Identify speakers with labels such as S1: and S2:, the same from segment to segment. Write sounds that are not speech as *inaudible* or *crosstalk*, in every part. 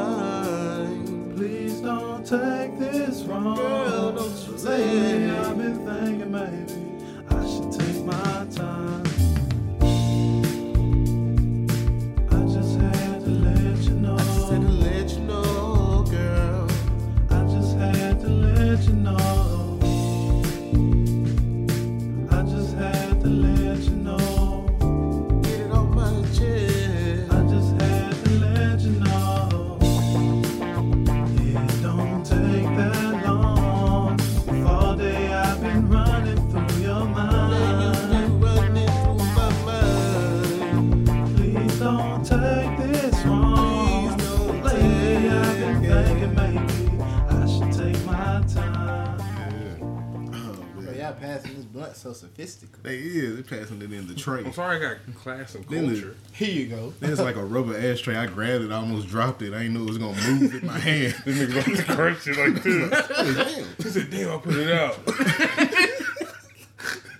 S1: mind.
S2: Please don't take this wrong.
S1: Girl, don't you
S2: Lately,
S1: say.
S2: I've been thinking maybe I should take my time. I just had to let you know.
S1: I just had to let you know, girl.
S2: I just had to let you know. I just had to let you know.
S1: Get it off my chest.
S2: I just had to let you know. It don't take that long. All day I've been running through your mind.
S1: Running through my mind.
S2: Please don't take this wrong.
S1: Please don't
S2: Lately I've been
S1: take it.
S2: thinking maybe I should take my time.
S3: But y'all passing this blunt so sophisticated.
S4: They is. They passing it in the tray.
S5: I'm sorry I got class and
S4: Then the-
S5: culture.
S3: Here you go.
S4: It's like a rubber ashtray. I grabbed it, I almost dropped it. I didn't know it was gonna move in my hand.
S5: *laughs* This nigga about to crunch it like *laughs* this. He said, damn, I put it out.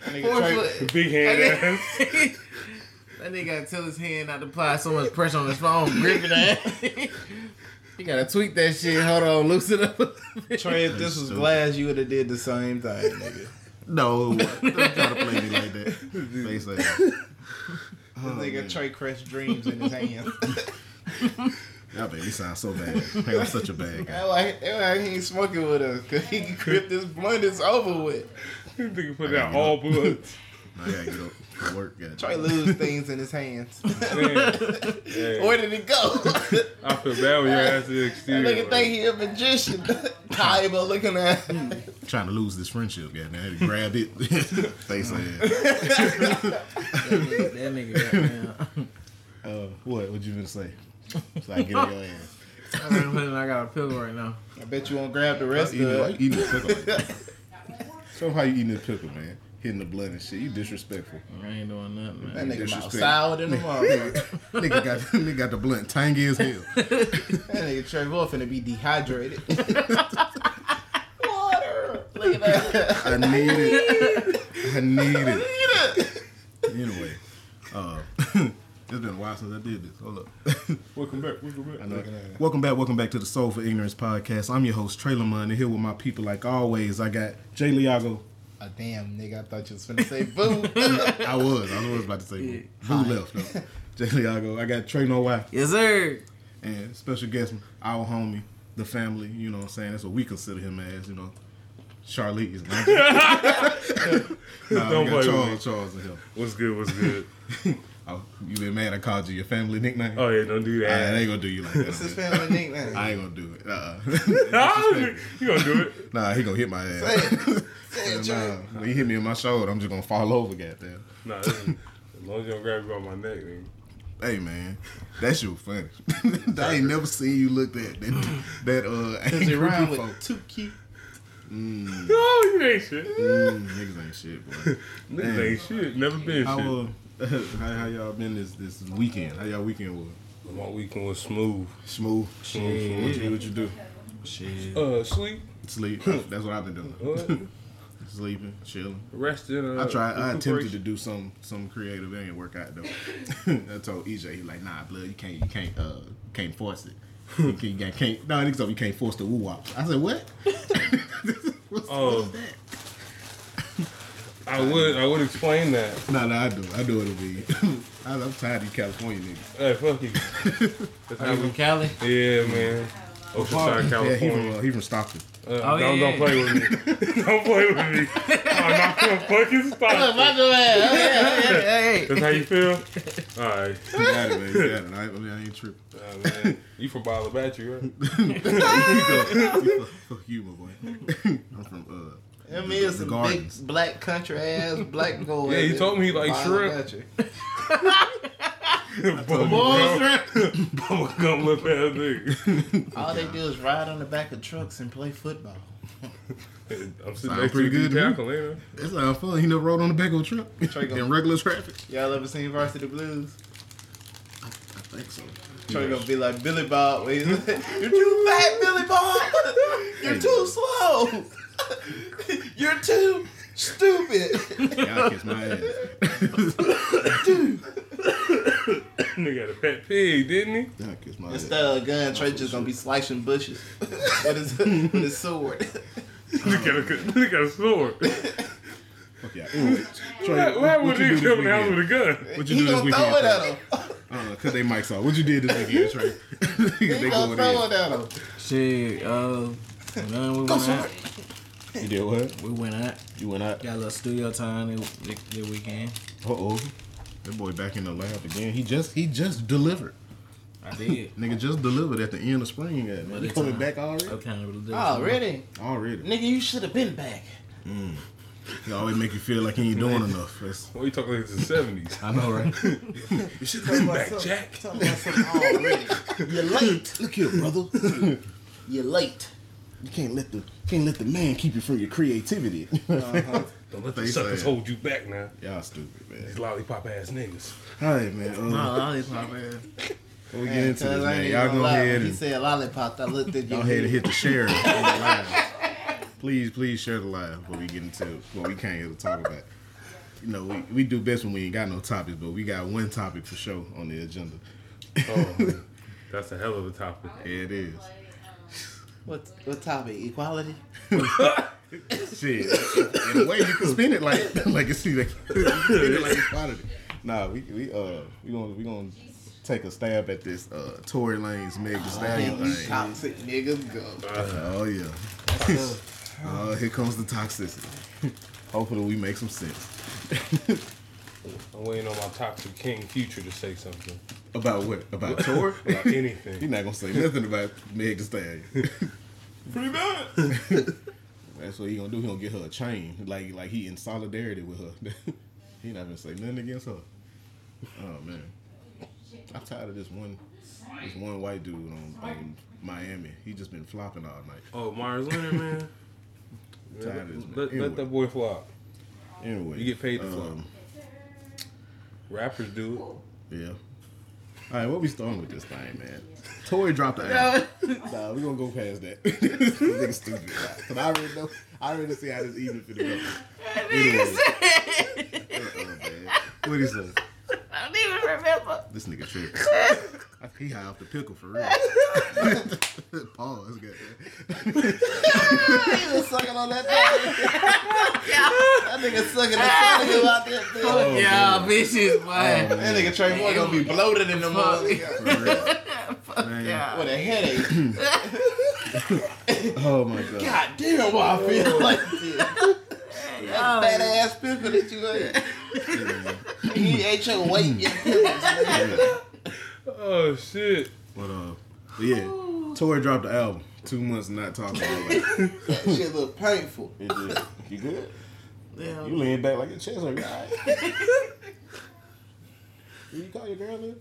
S3: That
S5: *laughs* Big hand ass.
S3: nigga gotta tell his hand not to apply so much pressure on his phone, gripping *laughs* that. you gotta tweak that shit. Hold on, loosen up.
S1: Trey, if this was glass, you would have did the same thing, nigga.
S4: No, don't try to play me like that. Face like that.
S3: Oh,
S1: This nigga Trey crushed dreams in his hands.
S4: Y'all made me sound so bad. Hey, I'm such a bad guy.
S3: That's why, that's why he ain't smoking with us, cause
S4: *laughs*
S3: he can grip this blunt. It's over with.
S5: *laughs* This nigga put it out all *laughs* blood.
S4: Now I gotta get up to work. Gotta
S3: Trey lose things in his hands.
S5: Damn.
S3: *laughs* Where did it go?
S4: *laughs*
S3: that
S5: I feel bad when your ass is exterior.
S3: nigga think he a magician. *laughs* Kaiba looking at him.
S4: trying to lose this friendship. Goddamn, I had to grab it. *laughs* Face like that.
S3: that nigga got down.
S4: Uh, what? What you gonna say? So I get on your ass.
S3: I got a pillow right now. I bet you won't grab
S4: *laughs*
S3: the
S4: That's
S3: rest of
S4: eating, why you
S3: it. *laughs*
S4: eating a pickle? Like that? Show 'em how you eating a pickle, man. Hitting the blood and shit. You disrespectful.
S3: I ain't doing nothing, man. That
S4: You
S3: nigga mouth
S4: disrespect.
S3: sour than the motherfucker.
S4: *laughs* nigga got nigga got the blunt tangy as hell.
S3: That nigga Trey Wolf finna be *laughs* dehydrated. Water. Look at that.
S4: I need it. I need it.
S3: Eat it.
S4: Anyway, uh, *laughs* it's been a while since I did this. Hold up.
S5: Welcome back. Welcome back.
S4: welcome back, welcome back to the Soul for Ignorance podcast. I'm your host Trey Lamont, and here with my people, like always, I got Jay Liago.
S3: Oh, damn, nigga, I thought you was finna say *laughs* boo.
S4: I was, I was about to say who left though. Jay Liago. I got Trey No Why,
S3: yes, sir.
S4: and special guest, our homie, the family. You know what I'm saying? That's what we consider him as. You know, Charlie is. nah, we
S5: Don't play with
S4: got
S5: me.
S4: Charles, Charles and him.
S5: What's good? What's good?
S4: Oh, you been mad? I called you your family nickname.
S5: Oh, yeah, don't do
S4: I, I
S5: that.
S4: ain't gonna do you like that.
S3: What's his family
S4: *laughs*
S3: nickname?
S4: I ain't gonna do it.
S5: *laughs*
S4: *laughs* Uh-uh.
S5: you gonna do it.
S4: nah, he gonna hit my ass.
S3: Say it,
S4: nah,
S3: Trey.
S4: when he hit me in my shoulder, I'm just gonna fall over, goddamn.
S5: Nah, this *laughs* is, as long as you don't grab me by my neck, nigga.
S4: Hey man, that shit was funny. *laughs* I ain't never seen you look that that, that uh *laughs*
S3: Does
S4: angry
S3: it rhyme with
S4: folk.
S3: two key?
S5: No, you ain't shit.
S4: Mm, niggas ain't shit, boy.
S5: Niggas ain't shit. Never been
S4: How,
S5: shit.
S4: uh, *laughs* how how y'all been this this weekend? How y'all weekend was?
S5: My weekend was smooth.
S4: Smooth.
S5: Shit.
S4: What you what you do?
S3: Shit.
S5: Uh, sleep.
S4: Sleep. Oh. That's what I've been doing.
S5: Uh, *laughs*
S4: Sleeping, chilling.
S5: resting. Uh,
S4: I tried. I attempted to
S5: recuperation.
S4: do some some creative. It ain't work out though. *laughs* I told EJ, he like, nah, blood, you can't, you can't, uh, can't force it.
S5: *laughs*
S4: You can't, you can't no, niggas, you can't force the woo wop. I said, what? *laughs* What's,
S5: Oh.
S4: what's that?
S5: I would. I would explain that.
S4: No, no, I do. I do it a week. *laughs* I, I'm tired of you California niggas.
S5: Hey, fuck you. That's how
S3: You from
S5: we-
S3: Cali?
S5: yeah, man. Oceanside,
S4: Yeah, he
S5: California.
S4: from, uh, he from Stockton.
S5: Uh,
S3: Oh,
S5: don't,
S3: yeah,
S5: don't play with me. don't play with me. I'm not gonna fucking
S3: Look,
S5: stop.
S3: my little ass. *laughs* Hey, hey, hey, hey.
S5: That's how you feel? Alright.
S4: He got it, man. He got it. I, I, mean, I ain't tripping. *laughs*
S5: Nah, man. You from Bala Battery, right?
S4: fuck, fuck you, my boy. *laughs* I'm from uh,
S3: Them is
S4: The
S3: some
S4: gardens.
S3: big black country ass
S4: *laughs*
S3: black boy.
S5: Yeah, he told me he like
S3: Wild
S5: shrimp.
S3: country.
S5: Bubba
S4: *laughs*
S5: *laughs* gum lip ass nigga.
S3: All they do is ride on the back of trucks and play football.
S5: I'm sitting
S4: Sound
S5: next
S4: pretty
S5: to you,
S4: good to me.
S5: tackle, ain't it?
S4: That's not fun. He never rode on the back of a truck in regular traffic.
S3: Y'all ever seen Varsity Blues?
S4: I think
S5: *laughs*
S4: so.
S3: Troy gonna be like Billy Bob. *laughs* Where he's like, You're too fat, Billy Bob.
S4: *laughs*
S3: You're too slow. *laughs* You're too stupid.
S4: Y'all kiss my ass.
S5: Nigga had a pet pig, didn't he?
S4: Nah, kiss my ass.
S1: Instead of a gun, Trey just gonna be slicing bushes with his, with his sword.
S5: Look at *laughs* a look at a sword.
S4: Fuck yeah. Anyway, Trey,
S5: Why,
S4: what,
S5: why
S4: what
S5: would
S4: you
S5: he
S4: do this
S5: come out with a
S4: weekend?
S5: gun?
S4: What you
S1: He
S4: do this
S1: gonna throw it
S4: weekend?
S1: at
S4: Trey?
S1: him.
S4: I don't know, cause they mics off. What you did this weekend, Trey? *laughs* Niggas,
S1: He
S4: they
S1: gonna
S4: going
S1: throw it
S4: in.
S1: at him.
S3: Shit, uh, man, we went out.
S4: You did what?
S3: We went out.
S4: You went out. Uh
S3: Got a little studio time this, this- this weekend.
S4: oh. That boy back in the lab again. He just he just delivered.
S3: I did.
S4: Nigga just delivered at the end of spring. Yeah, man.
S3: Another
S4: You coming
S3: time.
S4: back already?
S3: Okay,
S1: Oh, really?
S4: Already.
S1: Nigga, you should have been back.
S4: He always make you feel like he ain't doing enough. That's,
S5: Why you talking like it's the seventies?
S4: I know, right?
S5: You should come back, Jack.
S1: Tell me something already. You're late.
S4: Look here, brother.
S1: You're late.
S4: You can't let the can't let the man keep you from your creativity.
S5: Don't let the
S4: They
S5: suckers
S4: said.
S5: hold you back now.
S4: *laughs* Y'all stupid, man.
S5: These lollipop ass niggas.
S4: All right, man. Uh,
S3: lollipop, man.
S4: before we get
S1: Man,
S4: into
S1: cuz
S4: this,
S1: I
S4: man.
S1: ain't
S4: Y'all
S1: gonna
S4: go
S1: lie.
S4: ahead
S1: He
S4: and
S1: said lollipop. I looked at you.
S4: y'all ahead and hit the share. on the live. please, please share the live before we get into what we came here to talk about. You know, we, we do best when we ain't got no topics, but we got one topic for sure on the agenda.
S5: Oh, man. that's a hell of a topic.
S4: Yeah, it is.
S1: What, what topic? Equality?
S4: Shit. In a way, you can spin it like *laughs* like it's like, you can spin it like it's quality. Nah, we we uh we gonna we gonna take a stab at this uh Tory Lane's Meg Thee Stallion
S1: Damn, you
S4: thing.
S1: toxic niggas go.
S4: Oh yeah. Oh, here comes the toxicity. Hopefully, we make some sense.
S5: I'm waiting on my toxic king future to say something
S4: About what? About Tor?
S5: *laughs* about
S4: You're
S5: anything.
S4: not gonna say nothing about Meg Thee Stallion.
S5: Pretty bad.
S4: That's what he gonna do. He gonna get her a chain, like like he in solidarity with her. *laughs* he not gonna say nothing against her. Oh man, I'm tired of this one. This one white dude on, on Miami. He just been flopping all night.
S5: Oh, Mars Leonard, man.
S4: Tired of this man.
S5: Let, let
S4: Anyway,
S5: that boy flop.
S4: anyway,
S5: You get paid to flop.
S4: um,
S5: Rappers do
S4: Yeah. All right, what we starting with this thing, man? Tory dropped the album. nah, we gonna go past that. *laughs* this nigga stupid. right? Cause I already know. I already see how this evening finna go. Anyway. Uh-uh, man. What he say?
S6: I don't even
S1: *laughs*
S6: remember.
S4: This nigga tripping. He high off the pickle for real. *laughs* Pause. goddamn.
S1: He was sucking on that
S4: *laughs*
S1: thing. that nigga sucking the nigga out that thing.
S4: Oh,
S3: Yeah, bitches, boy.
S1: That nigga Trey Moore gonna be bloated in the morning.
S4: For real. Man.
S1: With a headache.
S4: Oh my god.
S1: God damn, why I feel like this. Oh, That fat ass pickle that you ate. *laughs* He ate your weight. *laughs* yeah.
S4: Yeah.
S5: it. Oh shit.
S4: But uh, but yeah, Tory dropped the album. Two months not talking about it.
S1: That shit look painful.
S4: It did. You good?
S3: Yeah.
S4: You lean back like your chest hurt. You you call your girl in?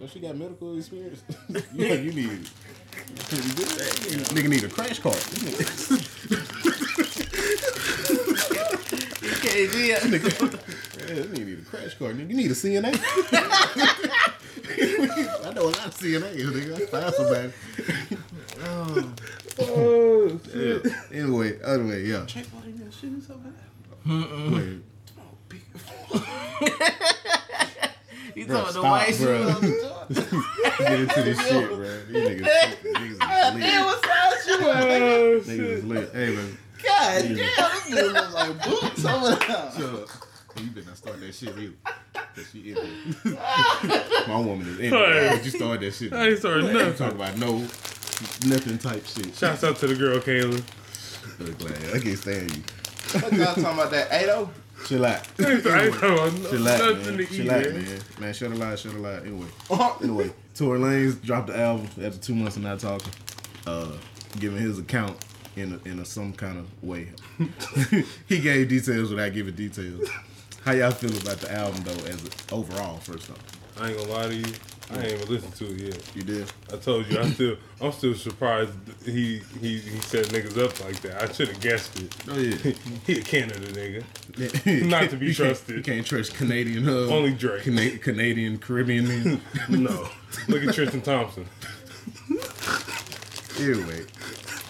S4: Does she got medical experience? *laughs* yeah, you need. You good? Nigga need a crash cart.
S3: KG,
S4: Yeah, this nigga need a crash cart. Nigga, you need a CNA. I know a lot of CNAs, nigga. I find somebody.
S5: Oh
S4: Yeah.
S5: shit.
S4: Anyway, other way, yeah.
S1: Trey Moore, you gonna shoot us over there?
S4: Wait,
S3: you
S4: bro,
S3: talking the
S4: stop,
S3: white shoes?
S4: bro. Get into this shit, bro. These niggas, niggas is lit.
S1: What's wrong with you?
S5: Oh
S4: Niggas
S5: shit.
S4: is lit. Hey, man.
S1: God damn, this dude look like boots over there.
S4: Shut up. You better not start that shit either. 'Cause she in there. *laughs* My woman is in
S5: Hey.
S4: there. But you started that shit.
S5: I ain't started
S4: You
S5: nothing.
S4: talking about no, nothing type shit.
S5: Shouts out to the girl, Kayla.
S4: Look, glad. I can't stand you.
S1: What y'all talking about that oh? 80?
S4: Chill out.
S5: I ain't talking about
S4: Chill out,
S5: nothing
S4: man.
S5: to eat,
S4: Chill out,
S5: man.
S4: man. Man, shut a lie, shut a lie. Anyway,
S1: Oh,
S4: anyway, Tory Lanez dropped the album after two months of not talking, uh, giving his account in a, in a, some kind of way. *laughs* he gave details without giving details. How y'all feel about the album though, as a, overall? First off,
S5: I ain't gonna lie to you. I ain't even listened to it yet.
S4: you did.
S5: I told you, I *laughs* still, I'm still surprised th- he he he set niggas up like that. I should have guessed it.
S4: Oh yeah.
S5: He a Canada nigga. *laughs* Not to be
S4: You can't-
S5: trusted.
S4: You can't trust Canadian. Uh,
S5: Only Drake.
S4: Cana- Canadian Caribbean men.
S5: *laughs* No, look at Tristan Thompson. *laughs*
S4: anyway,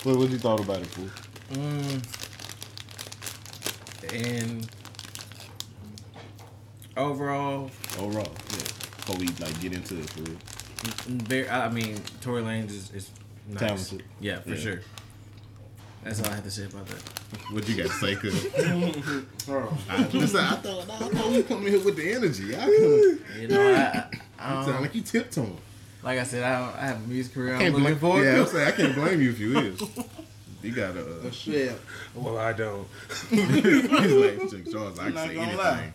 S4: what what you thought about it, fool?
S3: And overall,
S4: Overall, Oh, yeah. before we like get into it for real.
S3: Very, I mean, Tory Lanez is, is nice.
S4: Talented.
S3: Yeah, for
S4: Yeah.
S3: sure. That's all I have to say about that.
S4: What you got to
S5: *laughs*
S4: say, cuz? I, listen, I thought, nah, I thought you coming here with the energy. I come,
S3: You know, I, I,
S4: you
S3: I
S4: sound
S3: don't,
S4: like you tiptoeing.
S3: like I said, I, don't, I have a music career. I'm
S4: Can't
S3: looking
S4: blame,
S3: forward
S4: yeah, I'm
S3: to.
S4: saying I can't blame you if you is. You got to. Uh,
S1: Shit.
S5: Well, I don't.
S4: *laughs* he's like, "Chick, Charles, I
S1: I'm
S4: can
S1: not
S4: say
S1: gonna
S4: anything.
S1: lie.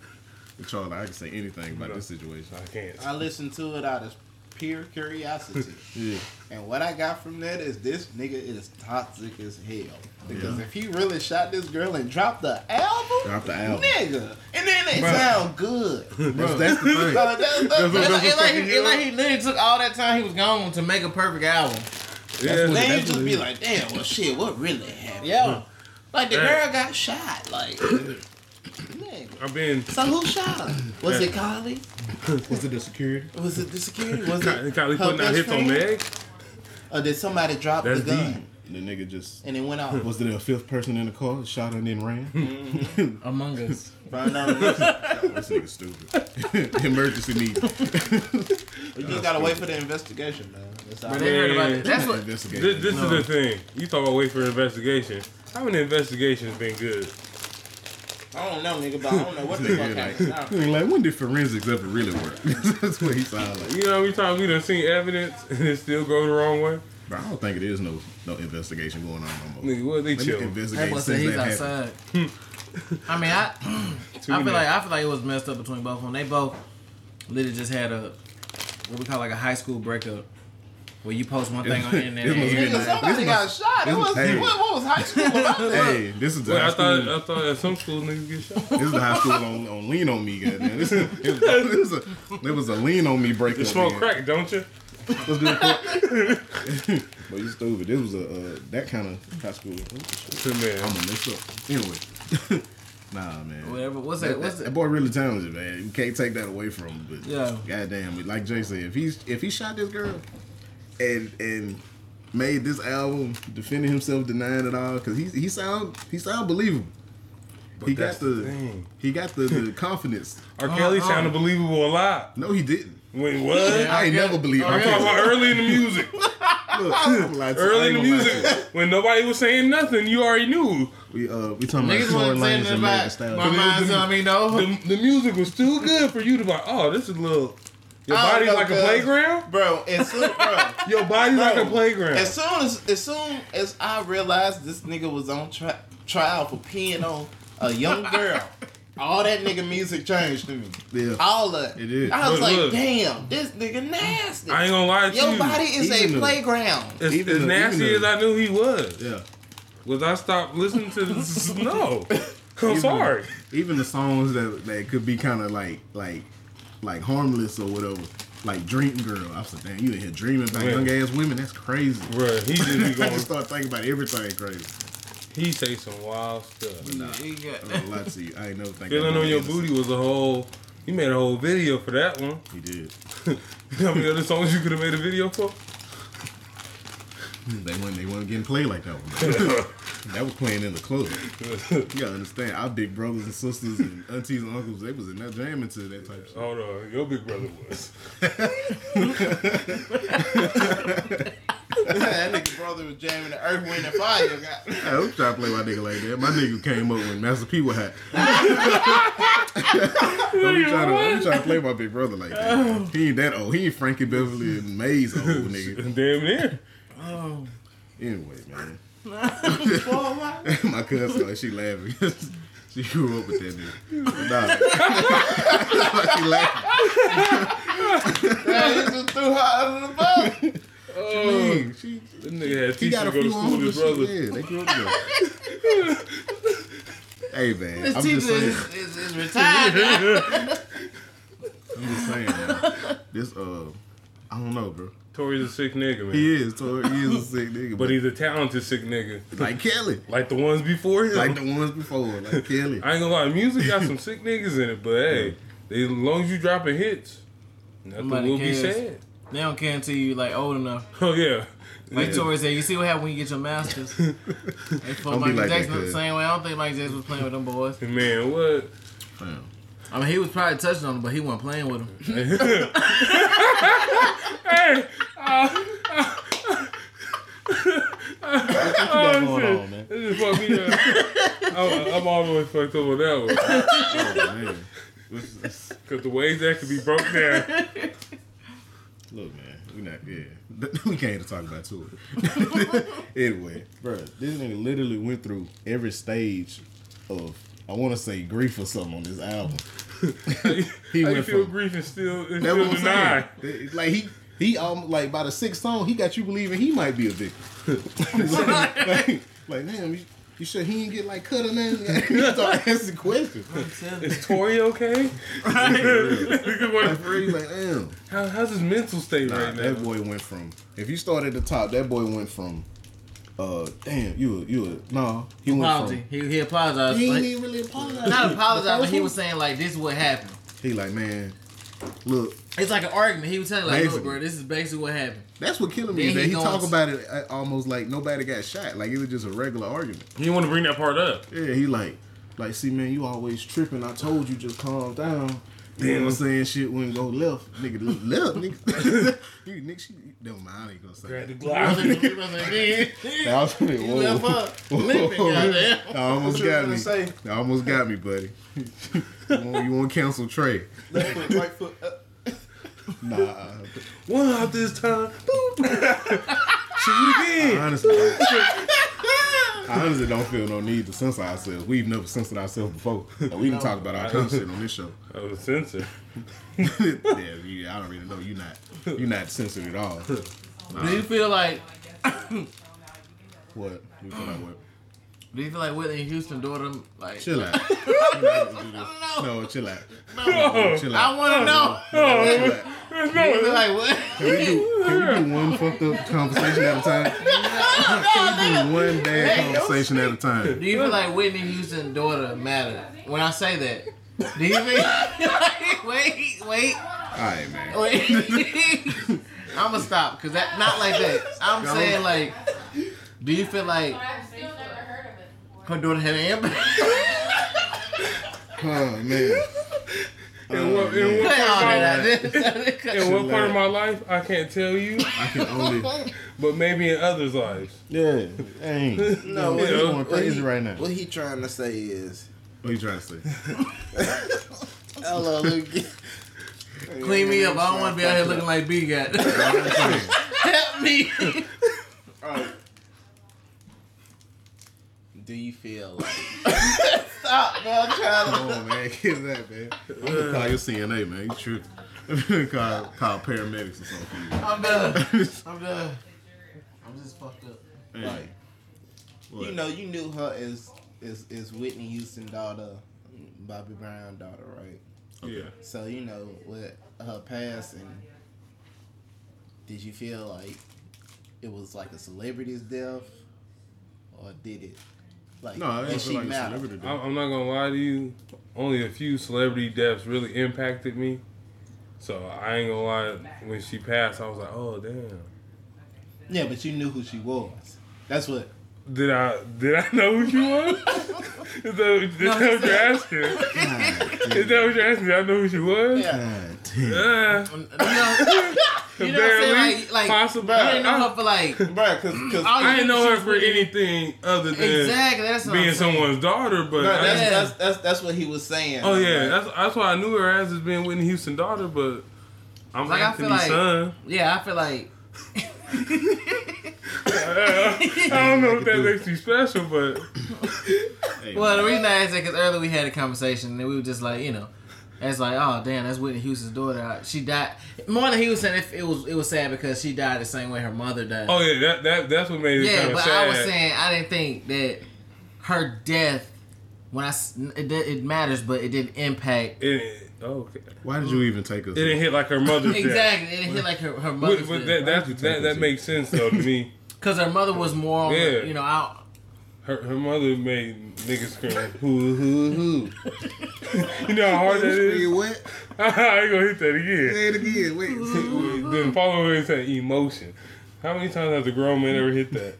S4: Charles, I can say anything about this situation.
S5: I can't.
S1: I listened to it out of pure curiosity.
S4: *laughs* Yeah.
S1: and what I got from that is this nigga is toxic as hell. Because
S4: Yeah.
S1: if he really shot this girl and dropped the album,
S4: Drop the album.
S1: nigga, and then it
S5: Bruh.
S1: sound
S4: *laughs*
S1: good.
S4: That's, that's the
S1: *laughs*
S4: thing.
S1: Like, that's- that's-
S3: It's
S1: that's-
S3: like, it's like he, it's like he literally took all that time he was gone to make a perfect album.
S5: Yeah,
S1: Then you
S4: That's
S1: just
S4: what
S1: be
S4: it
S1: like, damn, well, shit, what really happened?
S3: Yeah.
S1: Like the
S5: Yeah.
S1: girl got shot. Like, nigga.
S5: I've been
S1: So who shot her? Was it Kylie?
S4: Was it the security?
S1: Was it the security? Was
S5: Kylie
S1: it her
S5: Kylie putting out
S1: best
S5: hits on
S1: friend?
S5: Meg.
S1: Or did somebody drop
S5: That's
S1: the gun
S5: deep.
S4: The nigga just.
S1: and it went
S5: *laughs*
S1: off?
S4: Was it a fifth person in the car, shot her and then ran?
S3: Among Us.
S1: Find out. You
S4: this nigga stupid. *laughs* Emergency meeting.
S1: just gotta wait for the investigation, man. That's all.
S3: But they heard about it. That's what.
S5: This,
S4: Investigation.
S5: this is the thing. You talk about wait for an investigation. How many investigations been good?
S1: I don't know, nigga, but I don't know what the fuck happened. I
S4: *laughs* Like,
S1: don't-
S4: like, when did forensics ever really work? *laughs* That's what he sound like.
S5: You know how many times we done seen evidence *laughs* and it still go the wrong way?
S4: Bro, I don't think it is no no investigation going on no more.
S5: Nigga, what they
S4: Let me
S5: chill?
S3: That
S4: investigate
S3: boy
S4: since
S3: said
S4: that
S3: he's
S4: happened.
S3: outside. I mean, I, I feel like I feel like it was messed up between both of them. They both literally just had a what we call like a high school breakup, where you post one thing
S4: *laughs*
S3: on the internet.
S4: It must
S3: and-
S4: have been
S1: Nigga, somebody
S4: This
S1: got shot. It
S4: this
S1: was,
S4: was- hey.
S1: what, what was high school about that?
S4: Hey, this is the
S5: Wait,
S4: high
S5: I
S4: school.
S5: thought I thought at some school niggas get shot.
S4: This is the high school on, on lean on me, goddamn. This, is- it, was,
S5: *laughs*
S4: it, was a, it was a lean on me break.
S5: You smoke crack, don't you?
S4: Let's do it. quick. *laughs* but you stupid. This was a uh, that kind of high school. I'm
S5: Man,
S4: gonna mess up anyway. *laughs* nah, man.
S3: whatever. What's
S4: That,
S3: that? What's
S4: that-
S3: that?
S4: that boy really talented, man. You can't take that away from him. But
S3: Yeah.
S4: goddamn, like Jay said, if he's if he shot this girl and and made this album defending himself, denying it all, because he he sound he sound believable. he
S5: that's
S4: got the,
S5: the thing.
S4: he got the,
S5: *laughs*
S4: the confidence.
S5: R. Kelly
S4: uh.
S5: sounded believable a lot.
S4: No, he didn't.
S5: Wait, what?
S4: *laughs* I ain't never believed.
S3: Oh,
S4: I
S5: Talking
S4: can't-
S5: about early in the music.
S4: Look,
S5: *laughs*
S4: I'm gonna lie to you. I
S5: Early in the
S4: ain't gonna lie to
S5: music, when nobody was saying nothing, you already knew
S4: you. We uh we talking
S3: Niggas
S4: about Tory
S3: wasn't saying
S4: Lanez and Megan
S3: nothing
S4: Thee
S3: about my
S4: Stallion.
S3: mind telling me no.
S5: the, the music was too good for you to be like, oh, this is a little. Your
S1: I don't
S5: body's
S1: know,
S5: like a
S1: cuz. *laughs*
S5: playground.
S1: Bro, as soon, bro,
S5: Your body's like a
S1: Bro,
S5: playground.
S1: as soon as as soon as I realized this nigga was on tri- trial for peeing on a young girl, all that nigga music changed to me.
S4: Yeah.
S1: All of it.
S4: It is.
S1: I was
S5: Look,
S1: like,
S5: look.
S1: damn, this nigga nasty.
S5: I ain't gonna lie to
S1: Your
S5: you.
S1: body is
S4: Even
S1: a
S4: though-
S1: playground.
S5: as,
S4: Even
S5: as
S4: though-
S5: nasty
S4: even
S5: as
S4: though-
S5: I knew he was,
S4: Yeah.
S5: was I stopped listening to this? No, I'm
S4: Even-
S5: sorry.
S4: Even the songs that that could be kind of like like like harmless or whatever, like Dream Girl. I was like, damn, you in here dreaming about
S5: Yeah.
S4: young ass women? That's crazy.
S5: Bruh, he just
S4: *laughs* I
S5: be going.
S4: *laughs* just start thinking about everything crazy.
S5: he say some wild stuff.
S3: You got-
S4: I'm not gonna lie to you. I ain't never think
S5: Feeling on your booty was a whole. You made a whole video for that one. *laughs*
S4: He did. *laughs*
S5: How many other songs you could have made a video for?
S4: They weren't they weren't getting played like
S5: *laughs*
S4: that one. that was playing in the club. You gotta understand, our big brothers and sisters and aunties and uncles, they was in there jamming to that type of shit.
S5: Hold on, your big brother was.
S1: *laughs* that nigga brother was jamming the earth, wind, and fire. God.
S4: I was trying to play Oh, my nigga like that. My nigga came up when Master P was hot. I'm trying, to, I'm trying to play my big brother like that. He ain't that old. He ain't Frankie Beverly and Maze old
S5: *laughs*
S4: nigga.
S5: Damn near.
S3: Oh,
S4: Anyway, man. *laughs* my cousin, like, she laughing. *laughs* she grew up with that nigga. Nah. Like, *laughs* she laughing.
S1: Man, he just threw her out of the boat.
S5: Oh,
S4: She,
S5: that nigga had
S4: he got
S5: teacher
S4: a
S5: go
S4: few
S5: to school with his brother.
S4: uncles. Yeah, they grew up together. *laughs* Hey man,
S3: this
S4: I'm
S3: teacher
S4: just saying.
S3: is, is, is retired. now.
S4: *laughs* I'm just saying. Man. This uh, I don't know, bro.
S5: Tori's a sick nigga, man.
S4: He is. So he is a sick nigga.
S5: But he's a talented sick nigga,
S4: like Kelly.
S5: like the ones before him.
S4: Like the ones before, like Kelly.
S5: I ain't gonna lie, music got
S4: *laughs*
S5: some sick niggas in it, but hey, they, as long as you dropping hits, nothing
S3: Nobody
S5: will be
S3: cares.
S5: said. *laughs*
S3: They don't care until you like old enough.
S5: Oh yeah,
S3: Like Tory said, you see what happened when you get your masters.
S4: *laughs*
S3: They fuck
S4: be
S3: Michael
S4: like that,
S3: Jackson up the
S4: cuz.
S3: same way. I don't think Michael Jackson was playing with them boys.
S5: man, what?
S4: Damn.
S3: I mean, he was probably touching on him, but he wasn't playing with him.
S4: got going on, man?
S5: It just fucked me up. uh,
S4: *laughs*
S5: I'm, I'm all the way fucked up with that one.
S4: Oh, man. What's this?
S5: Because the ways that could be broke down.
S4: Look, man, we not, yeah, *laughs* we came to talk about tour. anyway, bro, this nigga literally went through every stage of, I want to say grief or something on this album. *laughs* *laughs* He
S5: I
S4: went
S5: feel
S4: from-
S5: grief and still, and
S4: That's
S5: still
S4: what I'm saying.
S5: denied.
S4: Th- Like he, he um, like by the sixth song, he got you believing he might be a *laughs* victim. like, like, like, damn, you, you sure he didn't get like cut or nothing? *laughs* Like, he started asking questions.
S5: Is Tori
S4: *laughs*
S5: okay? Nigga wanna-
S4: He's like, damn.
S5: *laughs* How, how's his mental state
S4: Nah,
S5: right now?
S4: that boy went from. If you start at the top, that boy went from. Uh, damn, you, a- you, a- no, he went
S3: Apology. He, he apologized.
S4: from. He
S3: like-
S4: ain't even really apologize.
S3: not apologized, but he was saying like this is what happened.
S4: He like, man, look,
S3: It's like an argument. He was telling like, look,
S4: Basically.
S3: bro, this is basically what happened. *laughs*
S4: that's what killing me.
S3: Then
S4: is that
S3: he
S4: he
S3: going
S4: talk
S3: s-
S4: about it uh, almost like nobody got shot. Like it was just a regular argument.
S5: He didn't want to bring that part up.
S4: Yeah, he like, like, see, man, you always tripping. I told you, just calm down. You know what I'm saying? Shit wouldn't go left, nigga. Left, nigga. *laughs* you, nigga, she, never mind. I ain't gonna say.
S5: Grab the
S4: That.
S5: Glock.
S4: *laughs* That was me. *laughs*
S3: You left
S4: Whoa.
S3: up,
S4: Whoa.
S3: limping, goddamn.
S4: That almost
S1: you
S4: got
S1: gonna
S4: me.
S1: say?
S4: That almost got me, buddy. you, want, you want cancel Trey?
S1: Left foot, right foot up.
S4: Nah,
S5: One out this time. Boop. Shoot it
S4: I
S5: again.
S4: honestly, I honestly don't feel no need to censor ourselves. We've never censored ourselves before. Like, we can talk about our dumb shit on this show.
S5: That was a censor.
S4: yeah, you, I don't really know. You not, you not censored at all.
S3: Do you feel like
S4: What? We feel like what?
S3: do you feel like Whitney Houston doing them like
S4: Chill out. no, chill out. No, chill
S3: I
S4: out.
S3: wanna know.
S4: Chill out.
S3: Do you feel like what *laughs*
S4: Can we do, can we do one fucked up conversation at a time? Can we do one bad conversation at a time?
S3: do you feel like Whitney Houston daughter matter? When I say that. Do you feel like wait, *laughs* wait,
S4: All right, man.
S3: wait *laughs* I'ma stop because that not like that. I'm saying like do you feel like
S6: I've still never heard of it.
S3: her daughter had an *laughs* impact?
S4: Oh, man. Oh,
S5: In what, in
S4: man.
S5: what,
S3: All
S5: part, of
S3: that, that-
S5: my, in what part of my life, I can't tell you,
S4: I can only.
S5: but maybe in others' lives.
S4: Yeah. Dang.
S1: No,
S4: No,
S1: what
S4: it's
S5: he-
S4: going crazy
S1: he-
S4: right now. What
S1: What he trying to say is,
S4: are you trying to say?
S1: hello, look.
S3: Clean me up. I don't want to be out here looking like B got. *laughs* Help me.
S1: Alright. *laughs* Do you feel like? *laughs* Stop, man. I'm trying to.
S4: Come on, man. Get that, man. I'm going to call your CNA, man. You tripping. *laughs* I'm going to call, call paramedics or something. *laughs*
S3: I'm done. I'm done. I'm just fucked up.
S4: Hey,
S1: You know, you knew her as as as Whitney Houston daughter, Bobby Brown daughter, right?
S5: Yeah.
S1: So you know with her passing, did you feel like it was like a celebrity's death, or did it? Like,
S4: No, I
S1: did
S4: didn't
S1: she
S4: feel like a
S1: matter?
S4: celebrity. though.
S5: I- I'm not gonna lie to you. Only a few celebrity deaths really impacted me. So I ain't gonna lie. When she passed, I was like, "Oh damn!"
S1: Yeah, but you knew who she was. That's what.
S5: Did I did I know who she
S3: *laughs*
S5: was? Is that, is that what you're asking? Is that what you're asking? Did I know who she was? Uh,
S1: Yeah.
S4: *laughs* God damn.
S5: Yeah.
S3: You know, *laughs* you know what I'm saying? Like, like
S5: possible.
S3: I didn't know her for like.
S1: Bruh, cause, cause
S4: Oh,
S3: all you
S5: I didn't
S3: knew
S5: know her
S3: she
S5: for
S3: was-
S5: anything other than
S3: Exactly. That's what
S5: being
S3: I'm saying.
S5: someone's daughter, but
S1: bruh,
S5: I-
S1: that's,
S3: Yeah.
S1: that's that's that's what he was saying.
S5: oh yeah,
S1: Like,
S5: that's that's why I knew her as as being Whitney Houston's daughter, but I'm
S3: Like, I feel
S5: Anthony's
S3: like-
S5: son.
S3: Yeah, I feel like.
S5: I don't know if that makes you special, but
S4: Hey,
S3: Well, the reason I asked that because earlier we had a conversation and we were just like, you know, it's like, oh damn, that's Whitney Houston's daughter. I- She died. More than he was saying, if it was it was sad because she died the same way her mother died.
S5: oh yeah, that, that that's what made it
S3: Yeah,
S5: kind of
S3: but
S5: sad.
S3: I was saying I didn't think that her death when I s- it, di- it matters, but it didn't impact.
S5: it, oh, okay.
S4: Why did you even take us?
S5: it didn't hit like her mother's death.
S3: Exactly, it didn't hit like her her
S5: But,
S3: mother's
S5: but that, that, that, that makes sense though to me.
S3: because her mother was more,
S5: Yeah.
S3: you know, out.
S5: Her, her mother made niggas scream hoo hoo hoo. you know how hard that is.
S4: What?
S5: I ain't gonna hit that again.
S4: Say it again. Wait.
S5: then follow it said emotion. How many times has a grown man ever hit that?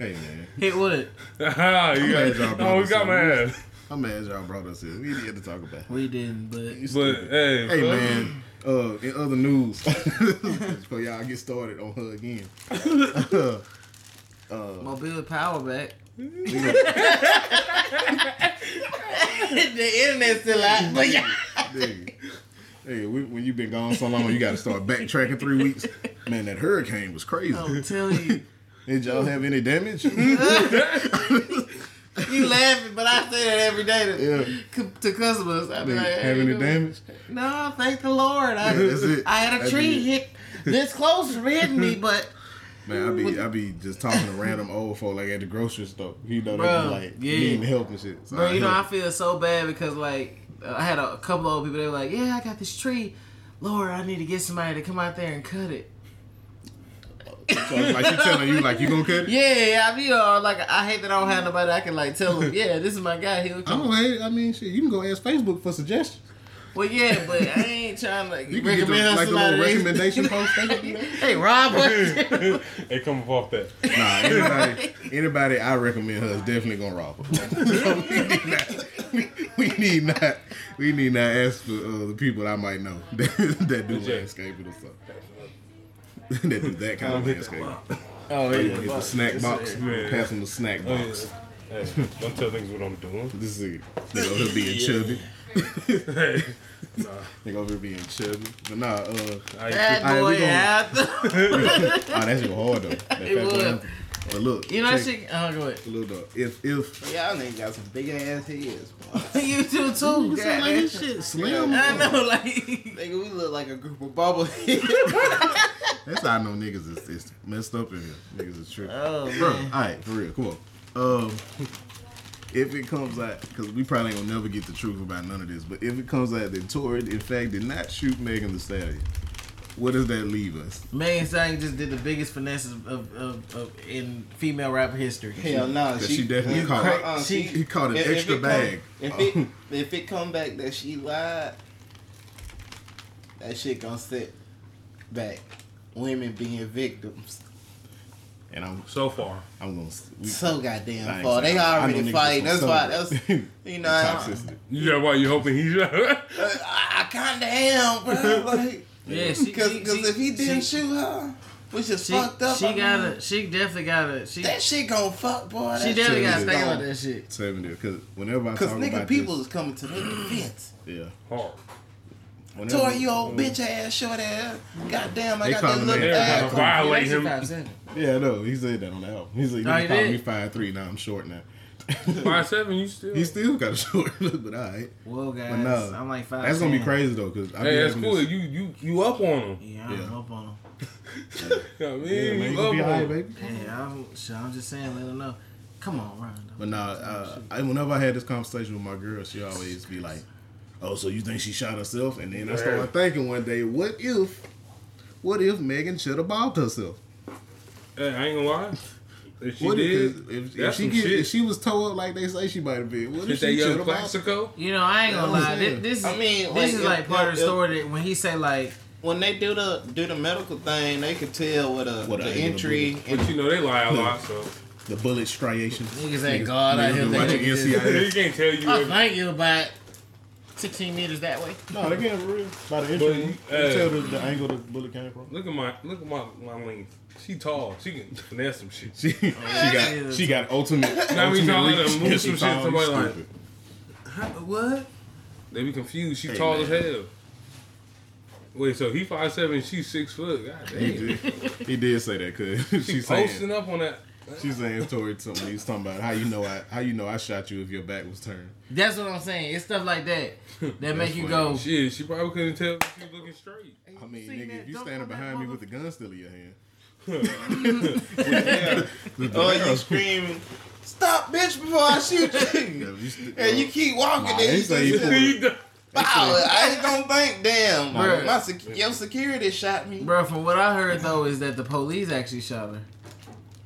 S4: hey man.
S3: Hit what?
S5: Ah, you
S4: glad
S5: got,
S4: y'all
S5: oh,
S4: brothers
S5: got my
S4: are
S5: ass.
S4: I'm mad y'all brought us here. We had to talk about. it.
S3: We didn't, but
S5: But hey,
S4: Hey
S5: fuck
S4: man, uh, in other news, *laughs* before y'all get started on her again, Uh,
S3: Mobile power back. the internet's still out, but yeah.
S4: nigga, nigga, we- when you been gone so long, you got to start backtracking three weeks. Man, that hurricane was crazy.
S3: I'm telling you,
S4: Did y'all have any
S3: *laughs*
S4: damage?
S3: you laughing, but I say that every day to,
S4: Yeah.
S3: cu- to customers. I be like, hey,
S4: have
S3: you
S4: any
S3: know-
S4: damage?
S3: No, thank the Lord. I,
S4: That's it.
S3: I had a
S4: That's
S3: tree
S4: it.
S3: hit this close from hitting me, *laughs* but
S4: Man, I be I be just talking to random old folk like at the grocery store. You know, they be
S3: Bruh,
S4: like
S3: yeah.
S4: needing help and shit. So
S3: Bro,
S4: I
S3: you know, I
S4: help.
S3: feel so bad because like I had a, a couple old people. They were like, "Yeah, I got this tree, Lord, I need to get somebody to come out there and cut it."
S4: So it's like you telling you like you gonna cut it.
S3: Yeah, I be all like, I hate that I don't have nobody I can like tell *laughs* them. Yeah, this is my guy. He'll
S4: I
S3: come.
S4: don't hate. it. I mean, shit, you can go ask Facebook for suggestions.
S3: Well, yeah, but I ain't trying to like,
S4: You can get
S3: recommend
S4: the,
S3: her
S4: like the
S3: somebody.
S4: little recommendation post. They can do
S3: *laughs*
S4: that.
S3: hey, Rob. what-
S5: it come up off that.
S4: Nah, anybody, anybody I recommend her is definitely gonna rob her. *laughs* So we, need not, we, we need not, we need not ask for uh, the people I might know *laughs* that, that do
S5: Legit.
S4: landscaping or stuff. *laughs* that do that kind of landscaping. *laughs*
S3: oh,
S4: They gonna get the snack box.
S5: Yeah.
S4: Pass them the snack
S5: Oh,
S4: box.
S5: yeah. Hey, don't tell things what I'm doing.
S4: This is it. They over here being chubby.
S5: *laughs* Hey,
S4: They over here being chubby. But nah, uh,
S5: I,
S3: that
S4: Alright, we
S3: boy
S4: gonna-
S3: out there.
S4: oh, that's your hard though. That
S3: It
S4: fat boy
S3: would.
S4: anthem. But look,
S3: You know that
S4: check-
S3: shit. Oh, go ahead. *laughs*
S4: Look though, if if
S1: Y'all nigga got some big ass heads, boy.
S3: You too, too.
S4: Sound like
S3: goddamn.
S4: this shit slim.
S3: I know, like.
S1: Nigga, we look like a group of bubbleheads. *laughs*
S4: That's how I know niggas is, is messed up in here. Niggas is tripping.
S3: Oh,
S4: Bro,
S3: man.
S4: all right, for real, come on. Um, if it comes out, because we probably ain't gonna never get the truth about none of this, but if it comes out that Tory, in fact, did not shoot Megan Thee Stallion, what does that leave us?
S3: Megan Stallion just did the biggest finesses of, of, of in female rapper history.
S1: Hell no,
S4: That she, definitely
S1: you
S4: caught
S1: cra-
S4: it.
S1: uh,
S4: she, he caught an
S1: if- if
S4: extra
S1: it come-
S4: bag.
S1: if
S4: *laughs*
S1: it if it come back that she lied, that shit gonna sit back. Women being victims
S4: and I'm,
S5: so far,
S4: I'm gonna. s- we-
S1: so
S4: I
S1: goddamn
S4: ain't
S1: far.
S4: saying-
S1: They
S4: Mm. I know
S1: already
S4: niggas
S1: fighting. That's
S4: gonna
S1: why.
S4: celebrate.
S1: That's
S4: *laughs*
S1: you know. I,
S4: Toxicity.
S5: you got why you hoping he *laughs* shot.
S1: I kind of am, bro.
S4: *laughs*
S1: Like,
S3: Yeah, she,
S1: because
S3: she- she-
S1: if he didn't
S3: she,
S1: shoot her, which is
S3: she,
S1: fucked up.
S3: she
S1: I mean,
S3: gotta, she definitely gotta, she,
S1: that shit gonna fuck boy.
S3: she
S1: That
S3: definitely
S1: shit
S3: gotta
S1: is
S3: think about
S1: gone.
S3: that shit.
S4: Seventy, because whenever I
S1: Cause
S4: talk
S1: nigga,
S4: about
S1: people
S4: this,
S1: is coming
S3: *clears throat*
S1: to their defense.
S4: yeah.
S5: Hard.
S4: Whenever,
S1: Tori, you old bitch ass, short ass. Goddamn, I
S4: They
S1: got
S4: calling
S1: that
S4: him
S1: little
S4: an
S5: They're
S1: ass.
S5: gonna violate
S3: Yeah,
S5: him.
S3: that's what I'm saying.
S4: Yeah, no, he said that on the album. He said, "You
S3: Oh,
S4: called
S3: he
S4: me
S3: did?
S4: five three. Now I'm short now."
S5: Five seven, you still.
S4: *laughs* He still got a short, *laughs* but all right.
S3: Whoa, guys,
S4: But no,
S3: I'm like five.
S4: That's gonna be crazy though, cause I
S5: Ah, hey, that's cool. You you you up on him.
S3: Yeah, I'm
S4: Yeah.
S3: up on him.
S5: You know what I mean?
S4: Yeah, man,
S5: you
S4: you gonna
S5: up
S4: be
S5: on
S4: alright,
S5: him.
S4: baby.
S3: Yeah, I'm, shit, I'm just saying, let her know. Come on, Ryan.
S4: But nah, uh, I, whenever I had this conversation with my girl, she always be like, "Oh, so you think she shot herself?" And then I started thinking one day, what if, what if Megan should have bobbed herself?
S5: Hey, I ain't gonna lie. If she
S4: what
S5: did,
S4: if, if, if
S5: that's
S4: she
S5: some
S4: get,
S5: shit.
S4: if she was towed up like they say she might have been? What
S5: Hit
S4: if
S5: that
S4: she should
S5: young
S4: have bobbed?
S5: classico.
S3: You know, I ain't gonna
S4: That's what
S3: lie.
S4: I'm
S3: This,
S4: saying.
S3: this,
S1: I mean,
S3: this
S1: like,
S3: is
S1: if-
S3: like part of
S1: if-
S3: the story that when he say like,
S1: When they do the do the medical thing, they could tell what a
S4: What
S1: the
S4: an angle
S1: entry.
S5: But you know they lie a lot, so
S4: The bullet striations.
S3: Niggas ain't God out
S4: niggas
S3: here.
S4: been
S3: They
S4: watching
S3: niggas
S4: NCIS.
S5: *laughs* they can't tell you.
S4: *laughs*
S3: "I
S5: every-
S3: thank you about 16 meters that way."
S4: No, they can't for real. By the
S5: But, you uh, tell
S4: the, angle the bullet came from.
S5: Look at my look at my my length. She tall. She can finesse some shit.
S4: She, she got she got ultimate.
S5: Now we
S4: ultimate
S5: trying to
S4: reach.
S5: move
S4: Yeah,
S5: some
S4: she
S5: shit
S4: tall,
S5: somebody
S4: you
S5: like-
S4: stupid.
S3: What?
S5: They be confused. She
S4: Hey,
S5: tall
S4: man.
S5: as hell. Wait, so he five seven, she's six foot. God
S4: He
S5: damn.
S4: did, he did say that *laughs* because
S5: She
S4: she's saying
S5: posting up on that.
S4: she's saying Tori something. He's talking about how you know I how you know I shot you if your back was turned.
S3: That's what I'm saying. It's stuff
S4: *laughs*
S3: like that that make you
S4: funny.
S3: go.
S5: Shit, she probably couldn't tell if she was looking straight.
S4: I mean,
S3: seen
S4: nigga,
S3: that
S4: if you
S3: jump
S4: standing
S3: on that
S4: behind me with the
S3: mother-
S4: gun still in your hand,
S1: Oh, you screaming, stop, bitch, before I shoot *laughs* you. and you keep walking,
S4: Nah,
S1: then
S4: they
S1: you
S4: say
S1: just
S4: you-
S1: said,
S5: *laughs* He done-
S1: "Wow, I ain't gonna think, damn,
S3: Bruh.
S1: my sec- your security shot me.
S3: Bro, from what I heard though is that the police actually shot her.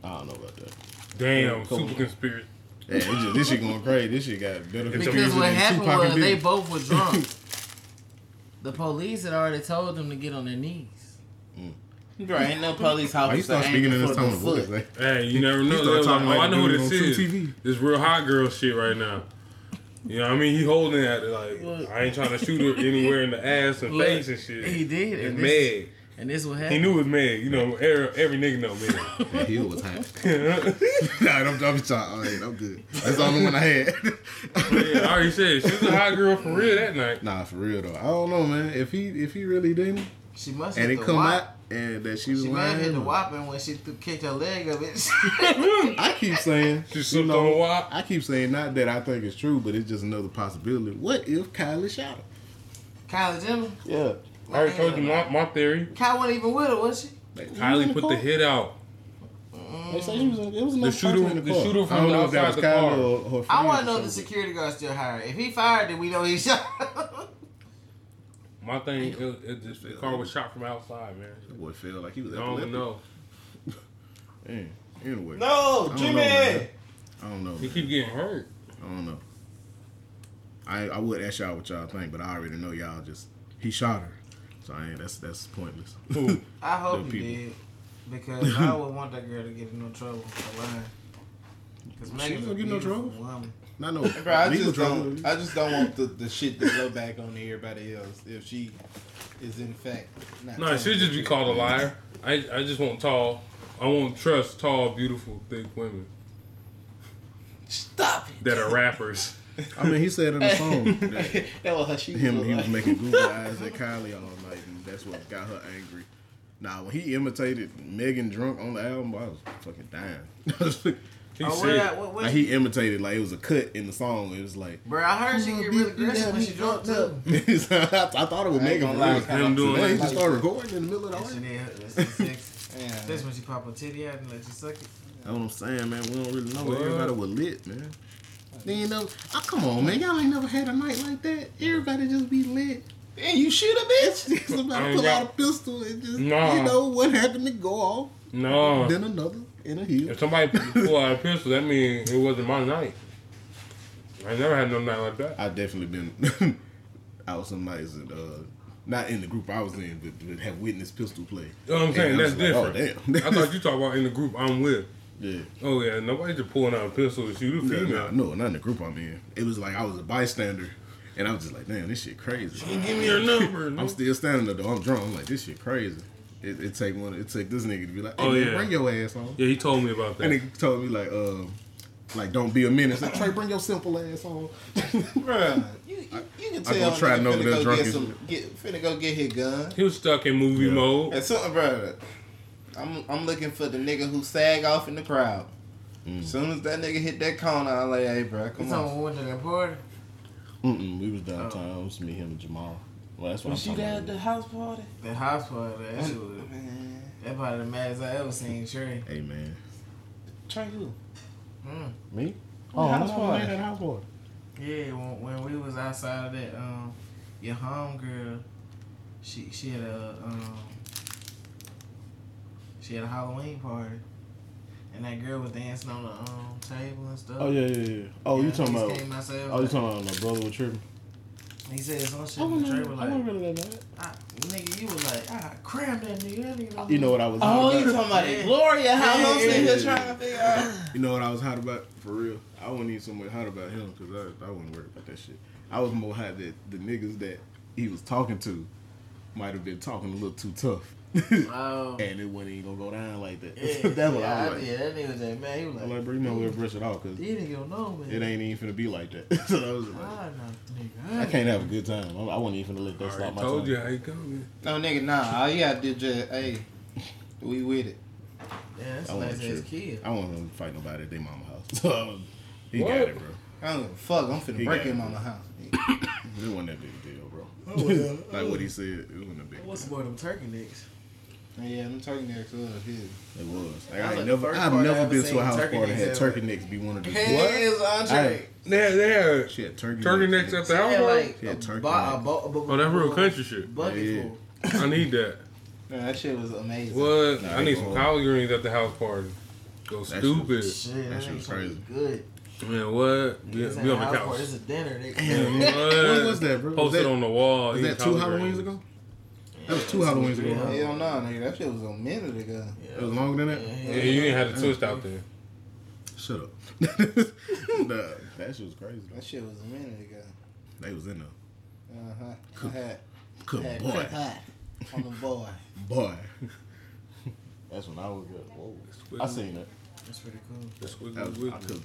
S4: I don't know about that.
S5: Damn,
S4: Yeah, come
S5: super
S4: on.
S5: conspiracy.
S4: Yeah, this, shit, this shit going crazy. This shit got better
S3: Because
S4: confusion
S3: what
S4: than
S3: happened
S4: Tupac and
S3: was they
S4: Biggie.
S3: both
S4: *laughs*
S3: were drunk. the police had already told them to get on their knees.
S1: Bro, ain't no police
S4: Why you
S1: officer
S4: start speaking in
S1: aiming
S4: this
S1: for
S4: tone
S1: the
S4: of voice?
S1: foot.
S4: Like,
S5: Hey, you never know.
S4: start
S5: They was like,
S4: talking
S5: oh,
S4: like
S5: I
S4: a
S5: know who
S4: dude
S5: this
S4: on
S5: is.
S4: True TV.
S5: This real hot girl shit right now. You know what I mean? He holding at it like
S3: Look.
S5: I ain't trying to shoot her anywhere in the ass and
S3: Look,
S5: face and shit.
S3: he did,
S5: It's
S3: and this-
S5: Meg.
S3: And this what
S5: He
S3: happened.
S5: knew it was Meg. You know, every, every nigga know
S3: *laughs*
S5: Meg. *laughs*
S4: That heel was hot. *laughs* nah, I'm, I'm, sorry. All right, I'm good. That's the only one I
S5: yeah, I
S4: had.
S5: already said she was a hot girl for real that night.
S4: *laughs* nah, for real though. I don't know, man. If he if he really didn't,
S3: She must
S4: and
S3: hit
S4: it
S3: the
S4: come
S3: wop.
S4: out and that she was
S3: She may have
S4: lying,
S3: hit the
S4: or-
S3: whopping when she th- kicked her leg up. *laughs* It.
S4: I keep saying
S5: *laughs* She slipped on WAP.
S4: I keep saying not that I think it's true, but it's just another possibility. What if Kylie shot her?
S3: Kylie Jenner.
S4: Yeah.
S5: I already told you my, my theory.
S3: Kylie wasn't even with her, was she?
S4: Like, you in
S5: Kylie put the
S4: car?
S5: hit out.
S4: They say she was in, it was another
S5: shooter-
S4: person in the,
S5: the
S4: car.
S5: shooter from
S4: I don't know if
S5: outside
S4: that was
S5: the
S4: Kylie
S5: car.
S4: or her friend.
S3: I want
S4: or
S3: to know if
S4: something.
S3: the security guard still hired. If he fired, then we know he shot.
S5: My thing, it, it just, the car was shot from outside, man.
S4: That Boy felt like he was
S5: I don't
S4: epileptic.
S5: know.
S4: Man, Anyway.
S1: No,
S4: I don't know,
S1: Jimmy.
S4: man. I don't know.
S5: He
S4: man.
S5: keep getting hurt.
S4: I don't know. I I would ask y'all what y'all think, but I already know y'all just he shot her. So I ain't that's that's pointless. *laughs*
S5: Who?
S3: I
S4: Them
S3: hope you
S4: people.
S3: did, because I would want that girl to get in no trouble for lying. Cause Megan's
S4: gonna
S3: a
S4: get no
S3: beautiful
S4: trouble.
S3: Woman.
S4: Not no
S1: Bro, I
S4: legal
S1: just
S4: trouble.
S1: don't. I just don't want the, the shit to blow back on everybody else if she is in fact. Not
S5: No, she
S1: telling
S5: just
S1: the
S5: be
S1: truth.
S5: called a liar. I, I just want tall. I won't trust tall, beautiful, thick women
S1: Stop it.
S5: that are rappers.
S4: I mean, he said in
S3: *laughs*
S4: the song that
S1: that was how she
S4: him he was
S1: like.
S4: making googly eyes at Kylie all night, and that's what got her angry. Nah, when he imitated Megan drunk on the album, I was fucking dying. *laughs*
S5: He
S3: Oh,
S5: said,
S3: what, what, what,
S4: like he imitated like it was a cut in the song. It was like
S3: bro, I heard she get really aggressive when she drunk too.
S4: *laughs* I thought it was
S1: I ain't
S4: Megan.
S1: gonna
S4: for
S1: lie,
S4: real.
S1: Kylie,
S5: Him doing
S4: Man, he
S5: that.
S4: just started recording in the middle of the
S3: Yes, she
S4: audience.
S3: did. That's the sex.
S1: Yeah.
S3: That's when she pop her titty out and let you suck it.
S4: That's what I'm saying, man. We don't really know.
S5: What?
S4: Everybody was lit, man. They ain't never. Oh, come on, man. Y'all ain't never had a night like that. Everybody just be lit.
S1: Damn, you shoot a bitch.
S5: I
S4: Somebody
S5: ain't
S4: pull out a
S5: got-
S4: pistol and just,
S5: Nah. Uh.
S4: you know, what happened to go off.
S5: no.
S4: Then another in a heel.
S5: If somebody pull out a pistol, that means it wasn't my night. I never had no night like that.
S4: I definitely been *laughs* out some nights and uh, not in the group I was in, but, but have witnessed pistol play.
S5: You know what I'm saying?
S4: And I
S5: That's
S4: was like,
S5: different. I
S4: Oh, *laughs*
S5: thought you talk about in the group I'm with.
S4: damn. yeah.
S5: Oh yeah, nobody just pulling out a pistol to shoot a
S4: No,
S5: female.
S4: no, no, not in the group I'm in. It was like I was a bystander, and I was just like, damn, this shit crazy.
S5: Give me your number. no.
S4: I'm still standing there though. I'm drunk. I'm like, this shit crazy. It, it take one. It take this nigga to be like, hey,
S5: Oh,
S4: man,
S5: yeah.
S4: bring your ass on.
S5: yeah, he told me about
S4: And
S5: that.
S4: he told me like, um, like don't be a menace. Like, Trey, bring your simple ass *laughs* on.
S1: Bruh, you, you, you can
S4: I
S1: tell.
S4: go try
S1: nigga
S4: and over
S1: finna
S4: there
S1: go
S4: drunk
S1: get
S4: as-
S1: some. Get, finna go get his gun.
S5: He was stuck in movie
S4: Yeah.
S5: mode.
S1: And something, bro. I'm I'm looking for the nigga who sag off in the crowd.
S4: Mm.
S1: As soon as that nigga hit that corner, I'm like, hey, bro, come
S3: It's
S1: on.
S3: on window that party.
S4: Mm-mm, we was downtown. It was me, him, and Jamal. Well, that's what
S1: Was you
S4: talking
S1: there at
S4: about.
S1: the house party?
S3: That house party. That shit was.
S1: Man,
S3: That probably the maddest I ever seen Trey.
S4: Hey man,
S1: try you.
S3: Mm.
S4: me?
S1: Oh, house
S4: no,
S1: party.
S4: man, that house party.
S3: Yeah, when, when we was outside of that, um, your home girl, she she had a um, she had a Halloween party, and that girl was dancing on the um table and stuff.
S4: Oh yeah, yeah, yeah. Oh, you talking about?
S3: Came outside,
S4: Oh, you talking about my brother was tripping?
S3: He said some shit.
S4: I
S3: and
S4: wasn't,
S3: Trey was
S4: I wasn't
S3: like,
S4: really that bad.
S3: "Ah, nigga, you was like, ah, cram that nigga. That nigga don't
S4: You know what I was?
S1: Oh,
S4: hot
S1: you
S4: about?
S1: talking about
S3: Yeah.
S1: it, Gloria? How
S3: Yeah,
S1: long she
S4: yeah,
S1: here
S4: yeah.
S1: trying to figure out?
S4: You know what I was hot about? For real, I wasn't even so much hot about him because I, I wasn't worried about that shit. I was more hot that the niggas that he was talking to might have been talking a little too tough, *laughs*
S3: Oh,
S4: and it wasn't even gonna go down like that.
S3: yeah,
S4: *laughs* That's what
S3: yeah,
S4: I was like.
S3: Yeah, that nigga was like, man, he was
S4: I'm
S3: like,
S4: like, bro, you might as well brush it off because
S3: you nigga don't know, man.
S4: it ain't even finna be like that. *laughs* so I was just like,
S3: Ah, no, nigga.
S4: I can't have a good time. I, I wasn't even finna let
S5: I
S4: that
S5: already
S4: stop my
S5: told
S4: time.
S5: you how he coming.
S1: No, nigga, nah. All you gotta do just, hey, we with it.
S3: Yeah, that's
S4: I
S3: a
S4: wasn't
S3: nice ass
S4: tripping.
S3: kid.
S4: I wasn't gonna fight nobody at their mama house. *laughs* So I was- he
S5: What?
S4: got it, bro.
S1: I don't give a fuck. I'm finna
S4: He
S1: break
S4: got
S1: in
S4: it.
S1: mama house.
S4: It wasn't that big a deal, bro.
S5: Oh,
S4: *laughs*
S5: uh,
S3: well.
S4: like what he said, it wasn't a big. deal.
S3: What's more them turkey necks?
S1: Yeah, I'm talking next to her. His.
S4: It was. Like,
S3: That
S4: I
S3: was
S4: ain't
S3: the
S4: never,
S3: first
S4: I've
S3: part I
S4: never
S3: ever
S4: been
S3: seen
S4: to a house
S3: turkey
S4: party and had
S3: necks
S4: turkey necks be one of the.
S3: Hey, it's
S4: Hey.
S3: Andre.
S5: They had, they had,
S4: She had turkey.
S5: turkey necks at the
S3: They
S5: house.
S3: had
S5: party?
S3: like
S4: Yeah,
S3: a
S4: turkey
S3: bo- a
S4: necks.
S3: bo- a bu-
S5: oh, that's real
S3: bu-
S5: country shit.
S3: Bucket
S4: Yeah.
S3: full.
S5: I need that.
S1: Man, that shit was amazing.
S5: What?
S4: Nah,
S5: I
S4: they
S5: need some
S4: going.
S5: collard greens at the house party. Go
S4: That
S5: stupid.
S3: Shit,
S4: That
S3: that
S4: shit
S3: shit
S4: was
S3: crazy.
S4: crazy.
S3: Good.
S5: Man, what? We,
S3: It's
S5: we
S3: a
S5: on the
S3: house party,
S5: couch.
S3: It's a dinner. They,
S4: Damn.
S5: What?
S4: When was that, bro? Was
S5: Posted
S4: that-
S5: on the wall.
S4: Was
S5: eating
S4: that two
S5: collard
S4: Halloweens
S5: greens.
S4: ago? That was two Halloweens ago. right?
S1: Hell no, nigga. That shit was a minute ago.
S4: It was longer than that.
S5: Yeah, you didn't have to twist out there.
S4: Shut up. *laughs* nah, that shit was crazy. Though.
S1: That shit was a minute ago.
S4: They was in there.
S1: Uh huh. I had, I
S4: Good
S1: had
S4: boy,
S1: Craig Hot on the boy.
S4: boy. *laughs* That's when I was up. Whoa, I seen it.
S3: That's pretty cool.
S5: That's what
S4: That
S5: it
S4: was, I
S5: was.
S4: could.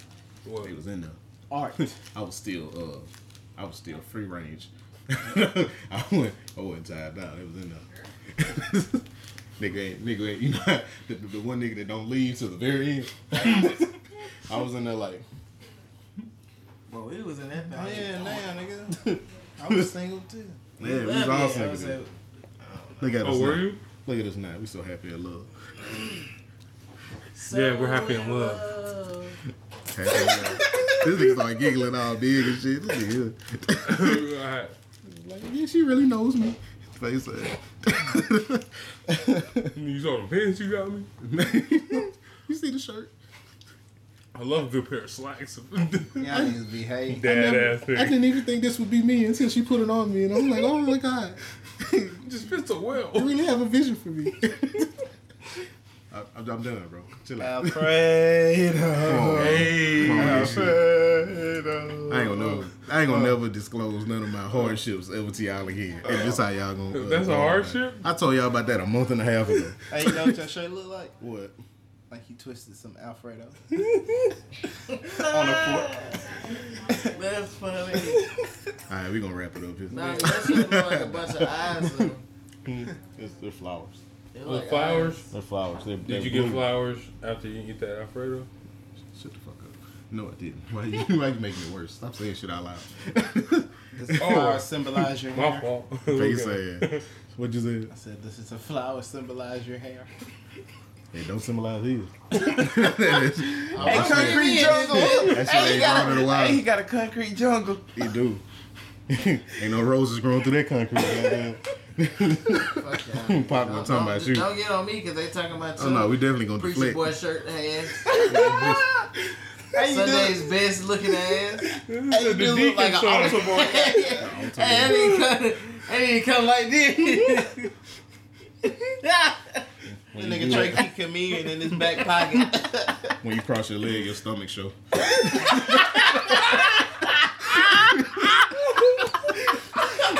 S5: What?
S4: They was in there.
S1: Art.
S4: *laughs* I was still uh I was still free range. *laughs* I went I wasn't tired out, it was in there. *laughs* nigga ain't nigga ain't you know *laughs* the, the, the one nigga that don't leave to the very end. *laughs* I was in there like
S3: Bro, we was in that
S1: Oh
S3: thing.
S1: yeah, now nigga. I was single too.
S4: *laughs* Man, we was all
S3: I would
S4: singing.
S3: say-
S4: Look at us.
S5: Oh, were
S4: now.
S5: you?
S4: Look at us now. We so happy in love.
S5: Yeah, we're happy in love. *laughs*
S4: Happy in love. this nigga started giggling all big and shit. This nigga
S5: Alright.
S4: like, yeah, she really knows me. Face *laughs* like,
S5: you saw the pants you got me?
S4: *laughs* you see the shirt?
S5: I love a good pair of slacks. *laughs*
S1: Y'all niggas *laughs* behave.
S5: Dad
S4: never-
S5: ass
S4: I
S5: nigga.
S4: didn't even think this would be me until she put it on me, and I'm like, oh my god, *laughs* you
S5: Just fits so well.
S4: really have a vision for me. *laughs* I, I'm, I'm done, bro. Chill out. Come
S1: Alfredo.
S4: on, man. Come on, man.
S1: Alfredo.
S4: I ain't gonna never, I ain't gonna never disclose none of my hardships ever to y'all again. And this how y'all gonna. uh,
S5: That's a
S4: go on.
S5: hardship?
S4: I told y'all about that a month and a half ago.
S1: Hey, you know what your shirt look like?
S4: what?
S1: Like you twisted some Alfredo on a fork.
S3: That's funny.
S4: All right, we gonna wrap it up here.
S3: Nah, that shit look like a bunch of eyes. though.
S4: *laughs* It's, they're flowers.
S3: It
S5: With
S3: look like
S5: flowers?
S3: eyes.
S4: They're flowers. They're,
S5: Did you get flowers after you eat that Alfredo?
S4: Shut the fuck up. No, I didn't. *laughs* Why you, why you making it worse? Stop saying shit out loud.
S1: *laughs* Does the flower symbolize your
S5: My
S1: hair?
S5: fault.
S4: Face
S5: Okay.
S4: ass. What'd you say?
S1: I said, this is a flower symbolize your hair.
S4: It don't symbolize *laughs* either. that
S1: Hey, concrete jungle.
S4: shit ain't grown in a while.
S1: got a concrete jungle.
S4: It do. ain't no roses growing through that concrete. goddamn.
S3: Fuck y'all.
S4: Pop, *laughs* I'm
S3: Don't-
S4: talking about
S3: don't-
S4: you.
S3: Don't get on me because they talking about you.
S4: oh no, we definitely gonna
S3: Preacher
S4: deflect.
S3: boy shirt
S4: *laughs*
S3: ass.
S1: How you
S3: Sunday's
S1: doing?
S3: best looking
S4: *laughs*
S3: ass.
S5: This is
S1: you do
S5: the
S1: look
S5: deacon
S1: like an
S5: song.
S3: hey, that didn't come, that didn't come like this.
S4: *laughs*
S1: The nigga Trey keep comedian in his back *laughs* pocket.
S4: When you cross your leg, your stomach show.
S3: *laughs*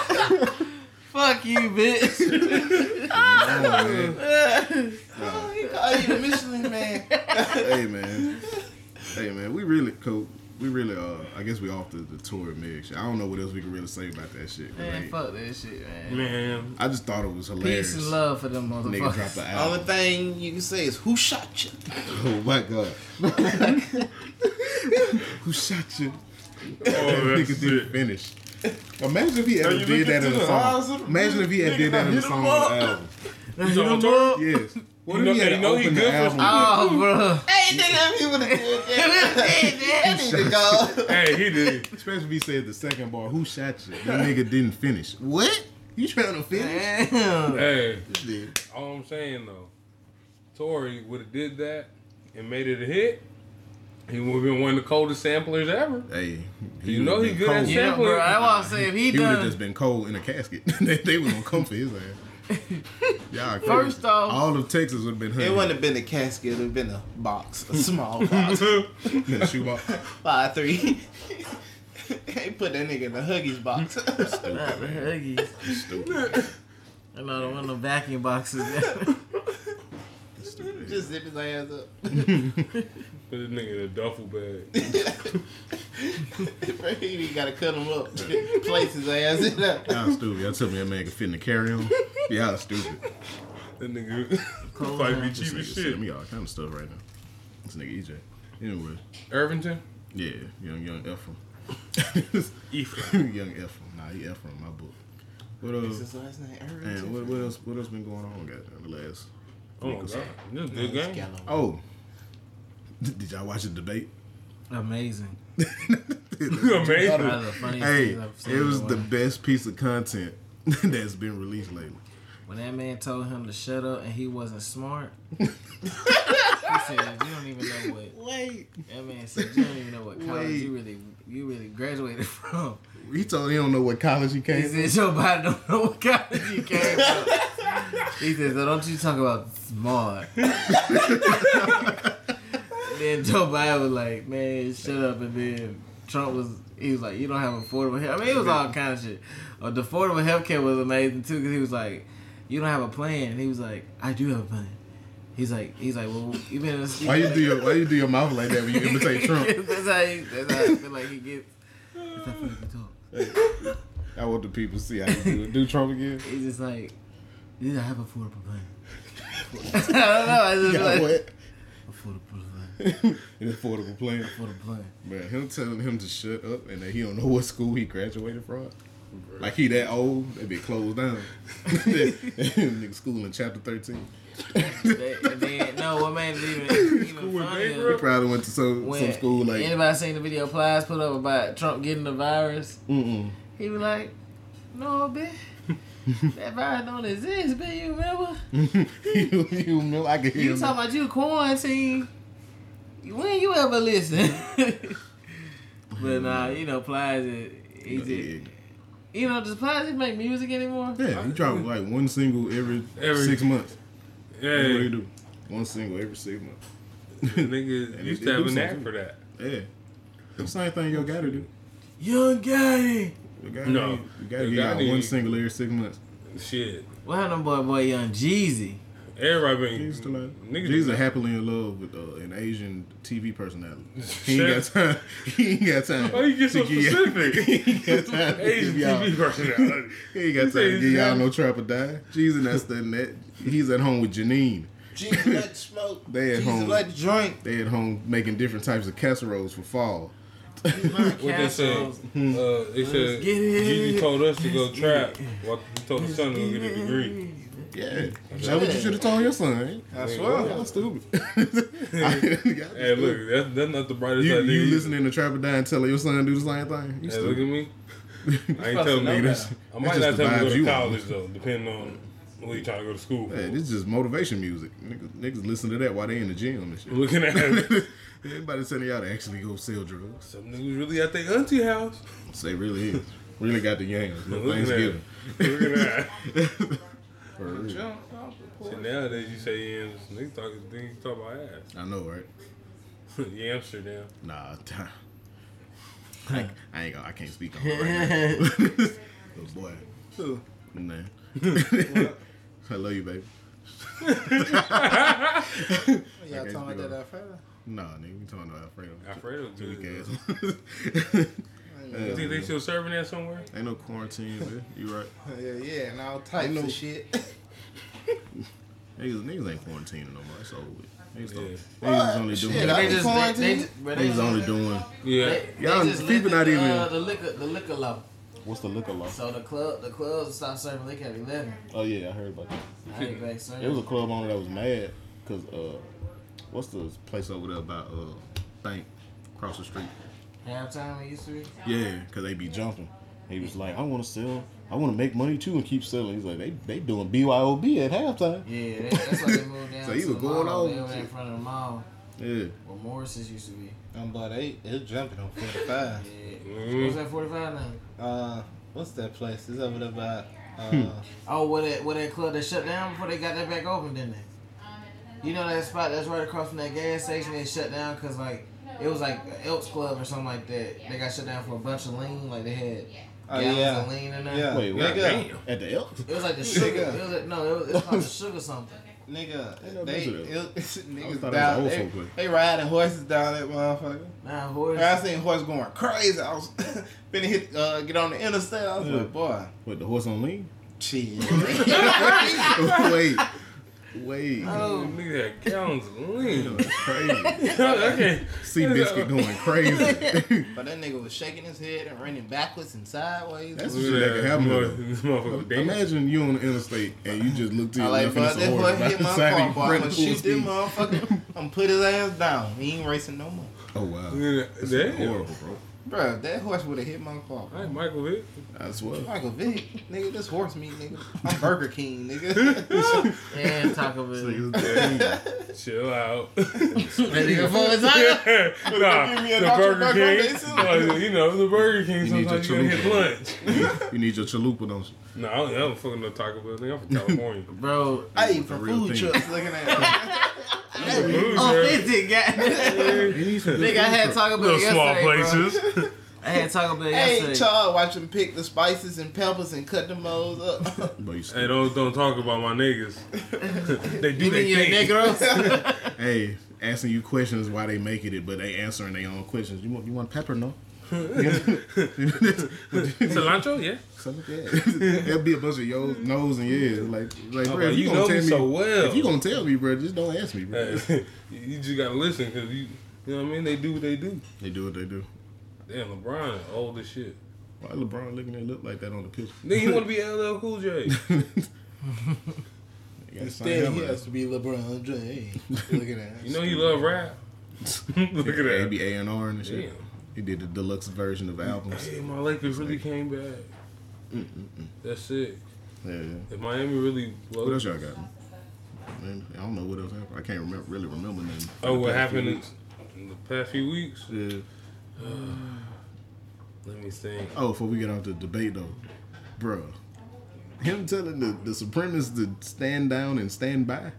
S3: Fuck you,
S4: *laughs*
S3: bitch.
S4: Oh, man.
S1: *laughs* oh, he called you the Michelin man.
S4: hey man. Hey man, we really cool. We really uh I guess we off the, the tour of Meg shit. I don't know what else we can really say about that shit. 'cause
S3: man,
S4: ain't-
S3: fuck that shit, man.
S5: *laughs* Man,
S4: I just thought it was
S3: Peace
S4: hilarious.
S3: and love for them
S4: Nigga dropped
S3: *laughs* motherfuckers.
S4: the
S1: Only
S4: album.
S1: thing you can say is, who shot you?
S4: *laughs* Oh my god. *laughs* Who shot you?
S5: oh,
S4: *laughs* that
S5: that's
S4: nigga didn't
S5: it.
S4: finish. Imagine if he ever
S5: you
S4: did
S5: looking
S4: that in
S5: to
S4: a
S5: the eyes
S4: song.
S5: of the
S4: Imagine if he had
S5: nigga,
S4: did that in
S5: hit
S4: a
S5: him
S4: song
S5: up.
S4: on the album.
S5: He's on tour?
S4: Yes. What
S5: *laughs* You
S4: if
S5: know-
S4: he had
S5: you know he
S4: opened the
S5: good for
S4: album?
S3: *laughs* Oh, bro.
S1: Hey, nigga, he would have did that. He need to go. *laughs*
S5: Hey, he did.
S4: Especially if he said the second bar, who shot you? That nigga didn't finish. What? You trying to finish?
S3: Damn.
S5: Hey,
S4: Did.
S5: all I'm saying though, Tori would have did that and made it a hit. He would have been one of the coldest samplers ever.
S4: Hey, he
S5: You know
S4: would've
S5: he
S4: been
S5: good at
S4: cold.
S5: shit.
S3: Yeah, bro. That's why I say if he,
S4: He would have
S3: done.
S4: just been cold in a casket. *laughs* they, they was gonna come for his ass.
S3: *laughs*
S4: Y'all crazy.
S3: First off-
S4: all of Texas would have been
S1: It wouldn't
S4: hunting.
S1: have been a casket, it would have been a box,
S4: *laughs*
S1: a small box.
S4: in a *laughs* shoebox.
S1: Five, three. *laughs* They put that nigga in the Huggies
S4: *laughs*
S1: box.
S3: Not the Huggies.
S4: Stupid.
S3: I know the one of them vacuum boxes. *laughs*
S4: Stupid.
S1: Just zip his ass up. *laughs*
S5: Put this nigga in a duffel bag.
S1: Right, you gotta cut him up. *laughs* Place his ass in there.
S4: Y'all stupid. Y'all told me that man could fit in a carry on.
S3: *laughs*
S4: Y'all stupid.
S5: That nigga *laughs* probably be
S4: This
S5: cheap
S4: nigga
S5: as
S4: sending
S5: shit.
S4: me all kind of stuff right now. This nigga EJ. Anyway,
S5: Irvington?
S4: yeah, young young Ephraim.
S5: Ephraim.
S4: *laughs* young Ephraim. Nah, he Ephraim. My book. What
S1: What's
S4: else?
S1: his last er, name?
S4: Man,
S1: Irving?
S4: what, what else? What else been going on? Goddamn, the last.
S5: Oh my god. This is a good game.
S1: Gallo.
S4: Oh, *laughs* did y'all watch
S5: *laughs*
S4: the debate? *laughs*
S3: Amazing. One
S5: Amazing.
S3: of the funniest
S4: hey,
S3: things I've seen
S4: it
S3: in a
S4: was the
S3: while.
S4: best piece of content *laughs* that's been released lately.
S3: When that man told him to shut up and he
S4: *laughs*
S3: wasn't smart, he said, "You don't even know what."
S4: Wait,
S3: That man said, "You don't even know what college
S4: Wait.
S3: you really, you really graduated *laughs* from."
S4: he told he don't know what college he
S3: He
S4: came.
S3: said, "Your body don't know what college you came from." he said, "So don't you talk about smart." *laughs* then Joe Biden was like, man, shut up. And then Trump was, he was like, you don't have affordable health. I mean, it was all kind of shit. Uh, the affordable health care was amazing too because he was like, you don't have a plan. And he was like, I do have a plan. He's like, he's like, well, you been.
S4: Why
S3: *laughs*
S4: you do your Why you do your mouth like that when you imitate Trump?
S3: that's how he, that's how I feel like he gets. That's how he talk.
S4: I want the people to see how you do it. Do Trump again?
S3: He's just like, did I have a affordable plan? *laughs* I don't know. I just
S4: Yeah,
S3: like,
S4: what? *laughs*
S3: affordable plan,
S4: An affordable plan.
S3: affordable plan.
S4: Man, him telling him to shut up and that he don't know what school he graduated from. Like he that old, they be closed down. *laughs* Nigga school in chapter thirteen.
S3: They- and then, no, what made it even, even funnier?
S4: He probably went to some some
S3: When
S4: school like
S3: anybody seen the video Plies put up about Trump getting the virus,
S4: mm
S3: he was like, "No, bitch, that virus don't exist, bitch. You remember?
S4: *laughs* you, you remember I can hear
S3: You
S4: him.
S3: talking about you quarantine? When you ever listen?" *laughs* but nah, you know Plies, is- he
S4: yeah,
S3: did. You know, does Plies even make music anymore?
S4: yeah, he dropped like one single every,
S5: Every-
S4: six months. That's what he
S5: Yeah,
S4: do. One single every six months.
S5: nigga
S4: And
S5: used
S4: it-
S5: to
S4: it
S5: have
S4: do
S5: a knack
S4: something.
S5: for that.
S4: Yeah. The same thing yo gotta do.
S3: Young Gotti.
S4: You gotta,
S5: No.
S4: you gotta
S5: Yo
S4: get out
S5: Gotti-
S4: one single every six months.
S5: Shit,
S3: What happened, boy? Boy, Young Jeezy.
S5: everybody been
S4: He's,
S5: niggas *laughs*
S4: are happily in love with uh, an Asian TV personality. He ain't got
S5: Shit.
S4: time. *laughs* He ain't got time.
S5: Why you get so
S4: to give y'all-
S5: specific?
S4: *laughs* he ain't got time. to
S5: Asian
S4: give *laughs* y'all-
S5: TV personality.
S4: He ain't got time
S5: say
S4: to
S5: he's
S4: give y'all
S5: got-
S4: no trap or die. Jesus, that's the net. He's at home with Janine.
S1: Jesus, let smoke.
S4: They at
S1: Jesus,
S4: home.
S1: let drink.
S4: They at home making different types of casseroles for fall.
S5: What they said? Uh, they said
S3: get it.
S5: Gigi told us to go trap. While he told his son to go get a degree.
S4: Yeah, that's what you should have told your son. eh?
S1: I swear.
S4: Y'all stupid. *laughs* you,
S5: Hey, look, that's, that's not the brightest
S4: you
S5: idea.
S4: listening to Trap or Die and telling your son to do the same thing? You
S5: Hey, look at
S4: stupid. *laughs*
S5: me. I ain't
S3: to
S5: telling
S3: know
S5: nigga this.
S3: that.
S5: I might
S4: That's
S5: not
S4: just the
S5: tell him to
S4: vibes
S5: go
S4: you
S5: to
S4: want.
S5: college though, depending on what you trying to go to school for.
S4: Hey, this is just motivation music. Niggas, niggas listen to that while they in the gym and shit.
S5: Looking at him.
S4: Everybody telling y'all to actually go sell drugs.
S5: *laughs* some niggas really at their auntie house.
S4: Say really is. Really got the yams. No
S5: Look at
S4: Thanksgiving.
S5: that. Look at *laughs*
S4: For real.
S5: that. See, nowadays you say yams, niggas talk, niggas talk about ass. *laughs*
S4: I know, right?
S5: yeah, *laughs* Amsterdam.
S4: Nah. *laughs* t- I, I ain't gonna, I can't speak on it right *laughs* now. Little boy. Man. *laughs* I love you, baby.
S1: Y'all talking about that Alfredo?
S4: Nah, nigga, we talking about Alfredo.
S5: Alfredo,
S4: Weak
S5: dude.
S4: ass. *laughs*
S5: You think they still serving that somewhere?
S4: Ain't no quarantine, man. You right.
S1: Yeah, yeah, and all types
S4: know.
S1: of shit.
S4: Niggas, niggas ain't quarantining no more. It's over with. Niggas, don't-
S5: Yeah.
S4: niggas only doing.
S1: Shit, I
S3: They
S1: be
S3: just, they, they,
S1: quarantined.
S3: just- bro, they
S4: Niggas
S3: just-
S4: only doing.
S5: Yeah.
S3: They, they
S4: Y'all
S3: just
S4: people
S3: lifted
S4: not
S3: the,
S4: even-
S3: uh, the liquor the liquor law.
S4: What's the liquor law?
S3: So the club the clubs will stop serving liquor at eleven.
S4: Oh yeah, I heard about that.
S3: I ain't back serving.
S4: It was a club owner that was mad because uh, what's the place over there about uh, Bank across the street?
S3: halftime. It used to be.
S4: Yeah, because they be jumping. He was like, I want to sell. I want to make money too and keep selling. He's like, they they doing BYOB at halftime.
S3: Yeah, that, that's why they moved
S4: *laughs*
S3: down.
S4: So he
S3: to
S4: was
S3: the
S4: going
S3: mall.
S4: over
S3: They
S4: and
S3: were in
S4: shit.
S3: front of the mall
S4: Yeah,
S3: where Morris's used to be.
S1: I'm about eight. It's jumping on 45.
S3: Yeah.
S5: Mhm.
S3: What's that forty five now?
S1: Uh, what's that place? It's over there by.
S4: Hmm.
S1: Uh,
S3: Oh, what that what that club that shut down before they got that back open, didn't they? You know that spot that's right across from that gas station that shut down because like it was like an Elks Club or something like that. They got shut down for a bunch of lean, like they had
S1: oh,
S3: gallons of
S1: yeah.
S3: lean in there.
S1: Yeah.
S4: Wait,
S1: nigga,
S4: what? at the Elks.
S3: It was like the sugar.
S1: Yeah.
S3: It was like, no, it was, it was called the sugar something.
S1: Nigga,
S4: no
S1: they,
S4: business.
S1: it, *laughs*
S4: was
S1: niggas
S4: old
S1: down. They,
S4: folk place.
S1: they riding horses down that motherfucker.
S3: Nah,
S1: Man,
S3: horse.
S1: I seen horse going crazy. I was *laughs* finna hit, uh, get on the interstate. I was
S4: Yeah.
S1: like, boy,
S4: What the horse on lean? *laughs*
S1: cheese.
S4: wait, wait.
S3: *laughs*
S1: Uh.
S3: Oh.
S5: Nigga had gallons of lean.
S4: That's crazy.
S5: *laughs* okay.
S4: See biscuit going crazy.
S1: but that nigga was shaking his head and running backwards and sideways.
S4: That's
S5: Look
S4: what that
S5: at
S4: could
S5: that
S4: happen.
S5: mother- this motherfucker dancing.
S4: Imagine you on the interstate and you just look to
S1: I
S4: your
S1: like,
S4: left
S1: bro,
S4: and it's
S1: that
S4: a
S1: boy
S4: horse right
S1: hit my
S4: beside
S1: car,
S4: him,
S1: boy. I'm
S4: running
S1: gonna
S4: full
S1: shoot this
S4: speed.
S1: motherfucker. *laughs* I'm put his ass down. He ain't racing no more.
S4: Oh wow,
S5: Look at that.
S4: that's
S5: Damn.
S4: horrible, bro.
S1: Bro, that horse would have hit my car.
S5: All right, Michael Vick.
S4: I swear.
S1: Michael Vick, nigga, this horse meat, nigga. I'm Burger King,
S4: *laughs*
S1: nigga.
S3: And Taco Bell.
S5: Chill out.
S3: That nigga
S5: *laughs*
S3: full of taco.
S5: nah,
S1: Give me a
S5: the
S1: Dr.
S5: Burger
S1: Pepper on
S5: King.
S1: this.
S5: Well, you know, the Burger King.
S4: You need
S5: sometimes you
S4: your
S5: gotta hit
S4: chalupa.
S5: lunch.
S4: *laughs* You need your chalupa, don't you?
S5: No, I don't, I
S4: *laughs*
S5: don't fucking know Taco Bell. Nigga, I'm from California.
S3: Bro,
S1: I eat from
S4: The real
S1: food
S4: *laughs* thing.
S1: trucks looking at
S4: Oh,
S3: Oh, Authentic, *laughs* guy. Nigga, I had Taco Bell
S5: Little small
S3: yesterday, bro.
S5: places.
S4: *laughs*
S3: I had Taco Bell
S1: Hey,
S3: yesterday.
S1: Char, watch him pick the spices and peppers and cut them hoes up.
S4: Bro, you
S5: hey,
S4: stupid.
S5: don't don't talk about my
S4: *laughs*
S5: niggas. they do
S3: You mean your
S5: they thing.
S3: Negros?
S4: Hey, asking you questions why they making it, but they answering their own questions. You want you want
S5: *laughs*
S4: pepper? No.
S5: Cilantro, yeah.
S4: That'd be a bunch of yo no's and yeahs. Like, like,
S5: Oh,
S4: bro,
S5: bro,
S4: if
S5: you
S4: you,
S5: know
S4: gonna tell
S5: me
S4: me
S5: so well.
S4: If you gonna tell me, bro, just don't ask me, bro.
S5: Hey, you just gotta listen because you you know what I mean. They do what they do.
S4: They do what they do.
S5: Damn, LeBron, old as shit.
S4: Why LeBron looking at look like that on the picture?
S5: Nigga, you want to be LL Cool J?
S4: They got the same
S1: Instead, *laughs* he
S4: hairline.
S1: has to be LeBron James. Look at that.
S5: You know he love rap. *laughs* Look at
S4: Yeah,
S5: that.
S4: he be A and R and shit.
S5: Damn.
S4: He did the deluxe version of albums.
S5: Hey, my Lakers really came back. That's it.
S4: Yeah, yeah.
S5: If Miami really
S4: What else
S5: blows,
S4: y'all got? Man, I don't know what else happened. I can't remember, really remember nothing.
S5: oh, what
S4: The past few
S5: happened in,
S4: weeks.
S5: in the past few weeks?
S4: Yeah.
S5: Let me think.
S4: Oh, before we get off the debate though, bruh. Him telling the, the supremacists to stand down and stand by.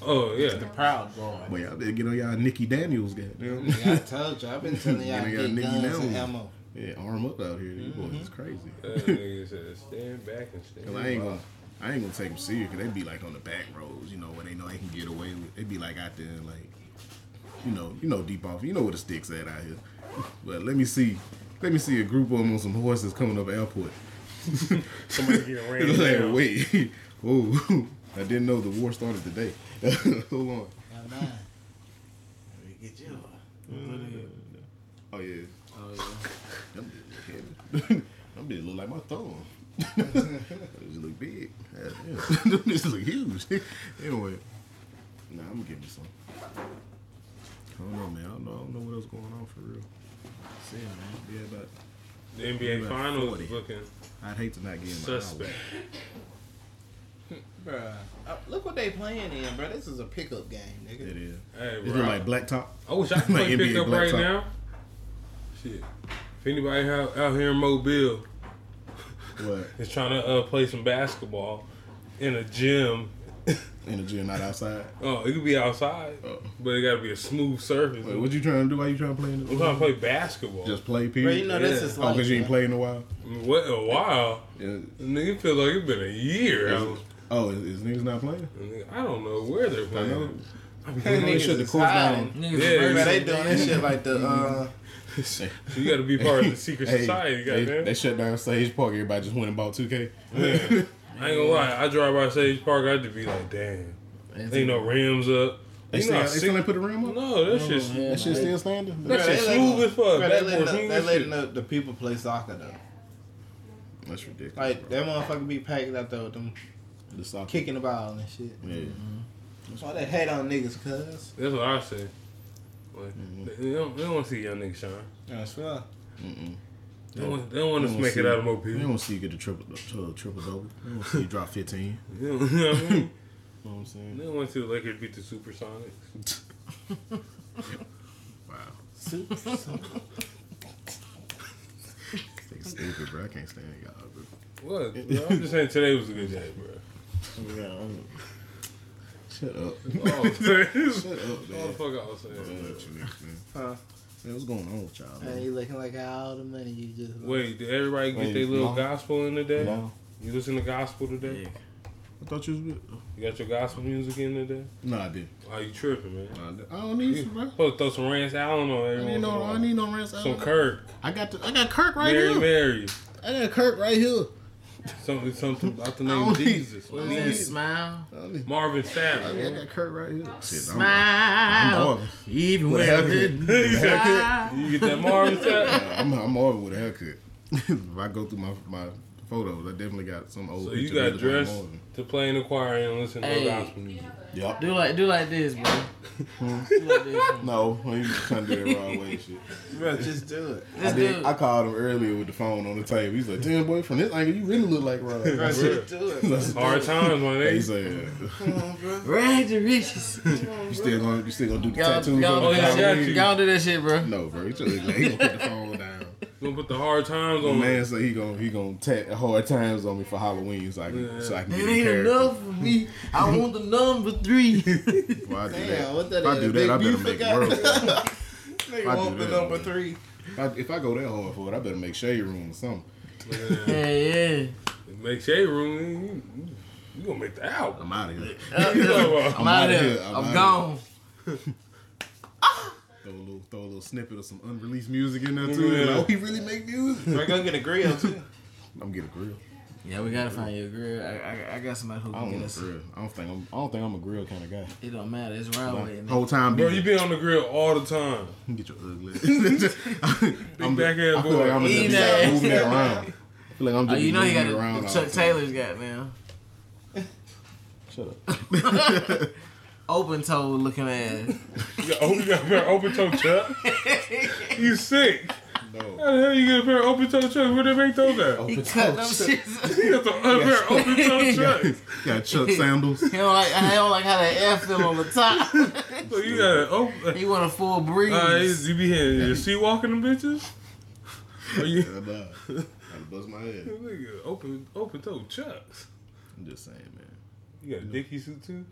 S5: Oh yeah,
S1: Proud boy.
S4: Boy, y'all better get on y'all Nikki Daniels, goddamn.
S1: Yeah, I told you. I've been
S4: *laughs*
S1: telling y'all
S4: Then I got
S1: get
S4: Nicky
S1: guns and
S4: now.
S1: ammo. Mm-hmm.
S4: Yeah, arm up out here. These boys is crazy.
S5: that nigga said stand back and stand.
S4: 'Cause I ain't gonna, I ain't gonna take them serious. Cause they be like on the back roads, you know, where they know they can get away with. They be like out there, and like, you know, you know, deep off, you know where the sticks at out here. But let me see, let me see a group of them on some horses coming up airport.
S5: Somebody
S4: *laughs*
S5: get ran
S4: It's like,
S5: down.
S4: wait, *laughs* oh, I didn't know the war started today. *laughs* Hold on.
S1: Now, mine. Let me get you.
S4: Mm. Oh yeah,
S3: Oh, yeah.
S4: them bitches look heavy. *laughs* them bitches look like my thumb. *laughs* Them bitches look big. Yeah, yeah. *laughs* them bitches look huge. *laughs* anyway, nah, I'm gonna give me some. I don't know, man. I don't know. I don't know what else going on for real.
S3: See, man.
S4: Yeah, but
S5: The NBA
S4: About
S5: Finals
S4: 40.
S5: looking
S4: I'd hate to not get in my
S5: suspect.
S4: house.
S1: *laughs* Bruh, uh, look what they playing in, bruh. This is a pickup game, nigga.
S4: It is.
S5: Hey,
S4: It's
S5: bro.
S4: like blacktop.
S5: I wish I could
S4: *laughs* like
S5: play
S4: NBA
S5: pickup right
S4: blacktop.
S5: now. Shit. If anybody out, out here in Mobile
S4: What?
S5: is trying to uh, play some basketball in a gym,
S4: In the gym, not outside.
S5: oh, it could be outside,
S4: Oh.
S5: but it got to be a smooth surface.
S4: Wait, what you trying to do? Why you trying to play in
S5: I'm
S4: the?
S5: trying to play basketball.
S4: Just play,
S1: Bro,
S4: period.
S1: you know this is
S4: Oh,
S1: like.
S4: because you ain't played in a while?
S5: what a while.
S4: Yeah.
S5: Nigga feel like it's been a year. I, was-
S4: Oh, is, is niggas not playing?
S5: nigga, I don't know where they're
S4: I know.
S5: playing. I mean,
S1: Niggas
S4: They shut the
S1: is
S4: course
S1: hiding.
S4: down.
S3: Niggas
S5: Yeah,
S3: yeah,
S1: Bruh, they doing this shit like the. Uh,
S4: *laughs*
S5: you got to be part of the secret
S4: Hey,
S5: society,
S4: they,
S5: goddamn.
S4: they shut down Sage Park. Everybody just went and bought 2K.
S5: Yeah. I ain't gonna lie. I drive by Sage Park, I just be like, damn. Ain't no rims up.
S4: They
S5: You
S4: still,
S5: know,
S4: they
S5: sick-
S4: still ain't put the rim up? Oh,
S5: no, that shit's
S4: That shit still standing?
S5: That shit smooth as fuck.
S1: Bruh,
S5: That
S1: they letting,
S5: boy
S1: the,
S5: smooth
S1: they
S5: as
S1: letting
S5: shit.
S1: the, the people play soccer, though.
S4: That's ridiculous.
S1: Like,
S4: bro.
S1: that motherfucker be packed out there with them
S4: the soccer.
S1: kicking the ball and shit.
S4: Yeah.
S1: All that hate on niggas, cuz.
S5: That's what I say. Like,
S4: Mm-hmm.
S5: they, they don't, they don't want to see young niggas shine.
S1: I swear.
S4: Mm-mm.
S5: They don't, want- they don't want us to make
S4: see,
S5: it out of more
S4: They
S5: people.
S4: don't see you get a triple, to a triple double. They don't see you drop 15. You
S5: You know what I mean?
S4: know what I'm
S5: They
S4: saying? *laughs*
S5: don't want to see the Lakers beat the Supersonics.
S4: Wow. *laughs* They stupid, bro. I can't stand y'all, bro. *laughs*
S5: What? Bro, I'm just saying today was a good day, bro.
S4: Shut up.
S5: Oh, *laughs* this
S4: Shut up, man.
S5: all the fuck I was
S4: What's
S5: saying.
S4: going on with you niggas, man?
S1: Huh?
S4: Man, what's going on with y'all,
S1: Hey,
S4: man?
S1: you looking like all the money you just.
S5: Wait, did everybody get
S4: Wait,
S5: their little
S4: no.
S5: gospel in today?
S4: No.
S5: You listen to gospel today?
S3: Yeah.
S4: I thought you was with.
S5: You got your gospel music in today?
S4: No, I did.
S5: Are you tripping, man?
S4: I did. I don't need you, bro.
S5: Supposed to throw some Rance Allen on
S4: I
S5: everyone.
S4: need no, I need no rest. I
S5: some
S4: don't-
S5: Kirk,
S4: I got, the, I got Kirk right
S5: Mary,
S4: here.
S5: Mary,
S4: I got Kirk right here.
S5: something, something about the
S4: *laughs* I
S5: name
S4: don't need-
S5: Jesus. We
S4: I don't
S5: need
S4: need-
S3: Smile,
S4: I mean,
S5: Marvin
S4: I
S5: Sapp.
S4: got Kirk right here. Shit, I'm- I'm
S3: smile,
S4: Marvin.
S3: even
S4: With a
S3: when
S4: *laughs* haircut.
S5: *laughs*
S3: it
S5: you get that
S4: *laughs*
S5: Marvin Sapp.
S4: I'm, I'm Marvin with a haircut. *laughs* if I go through my my photos, I definitely got some old.
S5: So you
S4: picture
S5: got
S4: of me
S5: dressed
S4: Marvin.
S5: to play in the choir and listen to
S3: Hey.
S5: gospel music.
S4: Yup.
S3: do like do like this, bro. do like this. bro.
S4: No, he was trying to do it wrong way and shit.
S1: Bro, just do it.
S4: I,
S3: This
S4: did,
S3: dude,
S4: I called him earlier with the phone on the table. He's like, "Damn boy, from this angle, you really look like
S1: Bro,
S4: Rod."
S1: just do
S5: *laughs*
S1: it. bro.
S5: Hard times, my
S4: he
S5: nigga.
S4: said,
S1: Come on, bro.
S3: Rage the Riches.
S4: "You still gonna you still gonna do the *laughs*
S3: Y'all,
S4: tattoos?"
S3: y'all,
S4: on
S5: Oh,
S3: do
S4: the
S5: yeah,
S3: that
S5: yeah.
S4: Halloween?"
S3: shit. y'all do that shit,
S5: *laughs*
S3: bro.
S4: No, bro. He, just, he gonna put the phone down.
S5: gonna put the hard times
S4: The
S5: on
S4: man
S5: man.
S4: said he gonna he gonna take hard times on me for Halloween so I can so I can
S3: It
S4: get in
S3: ain't
S4: character.
S3: enough for me.
S4: *laughs*
S3: I want the number three.
S4: Why I do
S1: Damn,
S4: that?
S1: what that
S4: if I
S1: is,
S4: do
S1: Big
S4: that, I better
S1: Beauty
S4: make
S1: guy?
S4: world. *laughs* if,
S1: Nigga
S4: I do
S1: want the
S4: that,
S1: number
S4: man.
S1: three.
S4: I, if I go that hard for it, I better make shade room or something.
S5: Yeah.
S3: yeah, yeah.
S5: *laughs* Make shade room. You, you- you gonna make the album?
S4: I'm out of here.
S3: I'm out
S4: outta
S3: of here.
S4: here. I'm
S3: I'm,
S4: outta
S3: gone.
S4: *laughs* Throw a little throw a little snippet of some unreleased music in there too.
S5: Yeah.
S4: Like, oh, he really
S1: *laughs*
S4: make music.
S1: We're gonna get a grill too.
S4: I'm getting a grill.
S3: Yeah, we gotta find you a grill. I, I, I got somebody who
S4: I
S3: can
S4: don't
S3: get
S4: want
S3: us.
S4: a grill. I don't think I'm I don't think I'm a grill kind of guy.
S3: It don't matter. It's Rowway.
S4: Whole time,
S5: Bro,
S4: be-
S5: you been on the grill all the time.
S4: *laughs* Get your ugly. I'm
S5: back ass
S4: I feel
S5: boy.
S4: like I'm just
S3: Eat
S4: be
S3: that.
S4: moving it around. I feel like I'm
S3: Oh,
S4: just
S3: you know he
S4: moving
S3: got
S4: it around.
S3: a,
S4: all
S3: Chuck
S4: the time.
S3: Taylor's got now.
S4: *laughs* Shut up.
S3: *laughs* Open toe looking ass.
S5: You got, oh, you got a pair of open toe chuck. you sick?
S4: No.
S5: How the hell you get a pair of open toe chucks? Where they make those at?
S3: he
S4: Open
S3: cut them
S4: toe.
S3: shits.
S5: You got the a pair of open toe
S4: *laughs*
S5: chucks.
S4: Got Chuck sandals. *laughs*
S3: He don't like. I don't like how they f them on the top. *laughs*
S5: So you got an open.
S3: he want a full breeze.
S5: Uh, you be here. You see walking them bitches? Are you?
S4: Yeah, nah. I bust my head.
S5: Nigga, open open toe chucks.
S4: I'm just saying, man.
S5: You got a dicky suit too?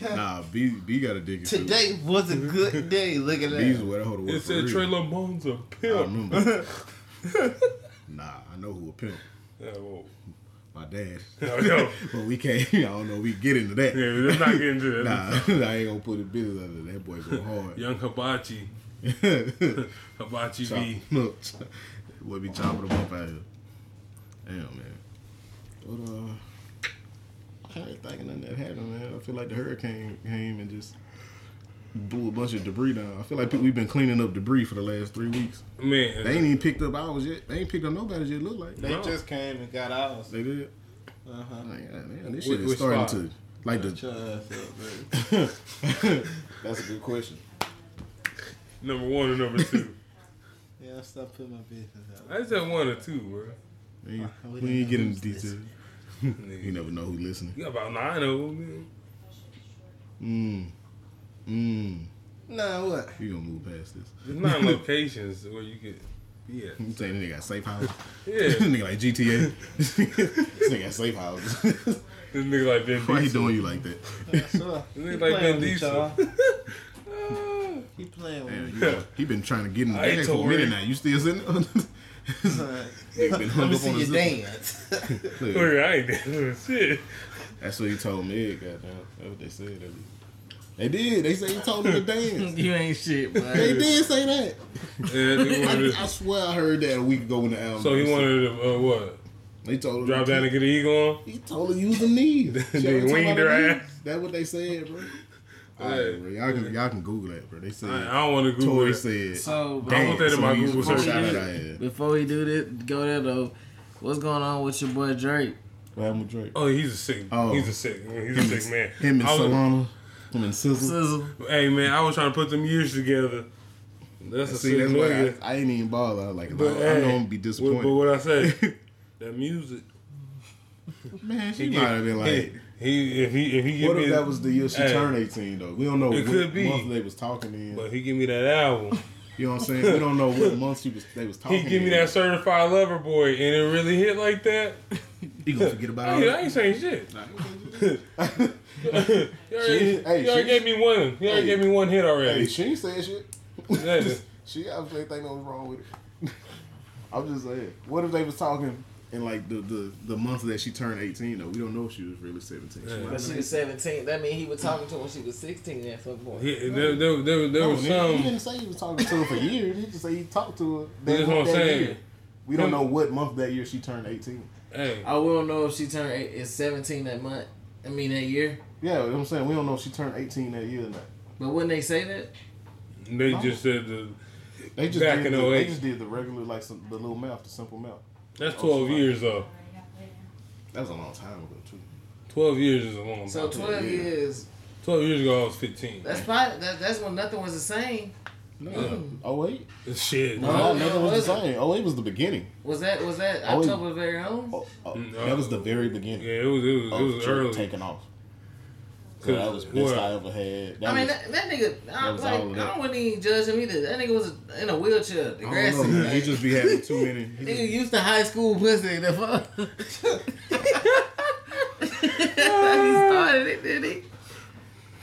S4: Nah, B B got a
S1: *laughs*
S4: dick.
S1: Today was a good day. Look at
S4: B's
S1: that.
S4: where the whole
S5: It
S4: work for
S5: said
S4: real.
S5: Trey Lamone's a
S4: I
S5: pimp.
S4: remember. *laughs* nah, I know who a pimp.
S5: Yeah, whoa.
S4: My dad.
S5: No, no.
S4: But we can't. *laughs* I don't know. We get into that.
S5: Yeah, let's not get into it.
S4: Nah, *laughs* I ain't gonna put a business under that. that boy. Go hard.
S5: Young Hibachi. Hibachi
S4: *laughs* Chop-
S5: B.
S4: Look, *laughs* chop- we'll be chopping them up out here. Damn, man. But uh, I ain't thinking nothing that happened, man. I feel like the hurricane came and just blew a bunch of debris down. I feel like we've been cleaning up debris for the last three weeks.
S5: Man.
S4: They ain't even picked up ours yet. They ain't picked up nobody's yet. Look like
S1: They
S5: No.
S1: just came and got ours.
S4: they did.
S1: Uh-huh.
S4: Like, Oh, yeah, man, this
S1: Which-
S4: shit is
S1: which
S4: starting
S1: spot?
S4: to like
S1: Shut
S4: the.
S1: us up, baby. *laughs*
S4: That's a good question.
S5: number one and number two.
S1: Yeah, stop putting my business out.
S5: *laughs* I said one or two, bro.
S4: We ain't,
S1: Oh, We
S4: we
S1: didn't
S4: ain't get into
S1: lose this.
S4: details. *laughs* You
S5: Nigga.
S4: never know who's listening.
S5: You got about nine of them. man.
S4: Mm. Mm.
S1: Nah, what?
S4: *laughs* You gonna move past this?
S5: There's
S4: *laughs*
S5: nine locations where you could be at.
S4: I'm saying they got safe house. *laughs* this
S5: Yeah.
S4: nigga like GTA. *laughs* this nigga got safe house. *laughs*
S5: This nigga like Ben
S4: Why he
S5: Diesel.
S4: doing you like that?
S1: That's what.
S5: This nigga like Ben *laughs* Diesel.
S1: He playing with
S4: Man,
S1: me.
S4: you know, he been trying to get in the
S5: I ain't
S4: bag for a
S5: told
S4: minute
S5: you.
S4: now. You still sitting? there? *laughs*
S1: Son,
S4: Nigga been
S1: Let
S4: hung
S1: me
S4: up on
S1: see
S4: his
S1: you
S4: zipper.
S1: dance.
S4: Look,
S5: Nigga, I ain't doing
S4: *laughs*
S5: shit.
S4: That's what he told me. Goddamn, that's what they said. They did. They did. They said he told him to
S5: *laughs*
S4: dance.
S3: you ain't shit,
S4: They
S3: bro.
S4: did say that.
S5: Yeah, they wanted
S4: I, I
S5: to-
S4: swear I heard that a week ago when the
S5: *laughs*
S4: album.
S5: so he
S4: was-
S5: wanted to, uh, what?
S4: They told him
S5: Drop
S4: to
S5: down and get an eagle on?
S4: He told her use the
S5: *laughs*
S4: knee.
S5: They winged her ass.
S4: That's what they said, bro. All right, bro. Y'all can y'all can Google that, bro. They said.
S5: I, I don't want to Google
S4: Tory
S5: it.
S4: said.
S3: So, bro,
S5: I want that in my
S4: so you
S5: Google
S4: should
S5: search.
S4: shout out our ass.
S3: before we do this, go there though. What's going on with your boy Drake?
S4: What happened with Drake?
S5: Oh, he's a sick.
S4: Oh.
S5: He's a sick. He's a sick man.
S4: Him and
S5: I was-
S4: Solana. Him and Sizzle.
S3: Sizzle.
S5: Hey man, I was trying to put them years together. That's a
S4: See,
S5: sick
S4: that's why I,
S5: nigga.
S4: I ain't even bother. I was like,
S5: But
S4: I,
S5: hey,
S4: I know I'm gonna be
S5: What,
S4: disappointed.
S5: but what I
S4: *laughs*
S5: say, that music.
S4: Man, she might have been like,
S5: he if he if he give
S4: what
S5: me
S4: if that was the year she
S5: Hey.
S4: turned 18 though? We don't know
S5: It
S4: what
S5: could be.
S4: month they was talking in.
S5: but he give me that album.
S4: you know what I'm saying? We don't know what month she was they was
S5: *laughs*
S4: talking.
S5: He give me
S4: in.
S5: that certified lover boy, and it really hit like that.
S4: He gonna
S5: *laughs*
S4: forget about
S5: Hey, I
S4: it.
S5: ain't saying shit.
S4: *laughs*
S5: you already,
S4: hey,
S5: you already
S4: she-
S5: gave me one. You already
S4: hey.
S5: gave me one hit
S4: Hey,
S5: already.
S4: she ain't saying shit.
S5: Yeah.
S4: she obviously think nothing wrong with it. I'm just saying. What if they was talking in like the, the, the month that she turned 18 though? We don't know if she was really 17. She
S5: Yeah.
S4: might
S3: When
S4: have
S3: she
S4: been-
S3: was 17, that mean he was talking to her when she was 16 at some point.
S5: He- there, there, there, there
S4: No,
S5: was
S4: he- He
S5: some.
S4: didn't say he was talking to her for years. He just say he talked to her. That
S5: That's what I'm
S4: month that
S5: saying.
S4: year. We don't
S5: Him-
S4: know what month that year she turned 18.
S5: Hey,
S3: I will know if she turned eight, is 17 that month. I mean that year.
S4: Yeah, you know what I'm saying we don't know if she turned 18 that year or not.
S3: But wouldn't they say that?
S5: they just said the,
S4: They just
S5: Back in
S4: did the, they
S5: 08.
S4: just did the regular like some, the little mouth, the simple mouth.
S5: that's twelve years though.
S4: That was a long time ago too.
S5: Twelve years is a long time.
S3: So 12
S4: yeah.
S3: years.
S5: Twelve years ago, I was fifteen.
S3: That's probably that, that's when nothing was the same.
S4: Oh wait,
S5: Shit.
S4: no,
S3: No,
S4: nothing
S3: it
S4: was the
S3: wasn't.
S4: same. Oh, it was the beginning.
S3: Was that was that
S4: Oh, yeah.
S3: October's very own?
S4: Oh, oh,
S5: No.
S4: That was the very beginning.
S5: Yeah, it was it was,
S4: of
S5: it was
S4: Oh, Drake
S5: early.
S4: taking off.
S7: 'Cause that was the best I ever had. That
S3: I mean,
S7: was-
S3: that, that nigga, I,
S7: was
S3: like,
S7: all of
S3: I
S7: that.
S3: don't wouldn't even judge him either. That nigga was in a wheelchair,
S4: I
S3: degrassi.
S4: don't know, man. He
S3: like,
S4: just be having too many. he
S3: *laughs* nigga
S4: just-
S3: used to high school pussy. The fuck? *laughs* That's how he started it, did he?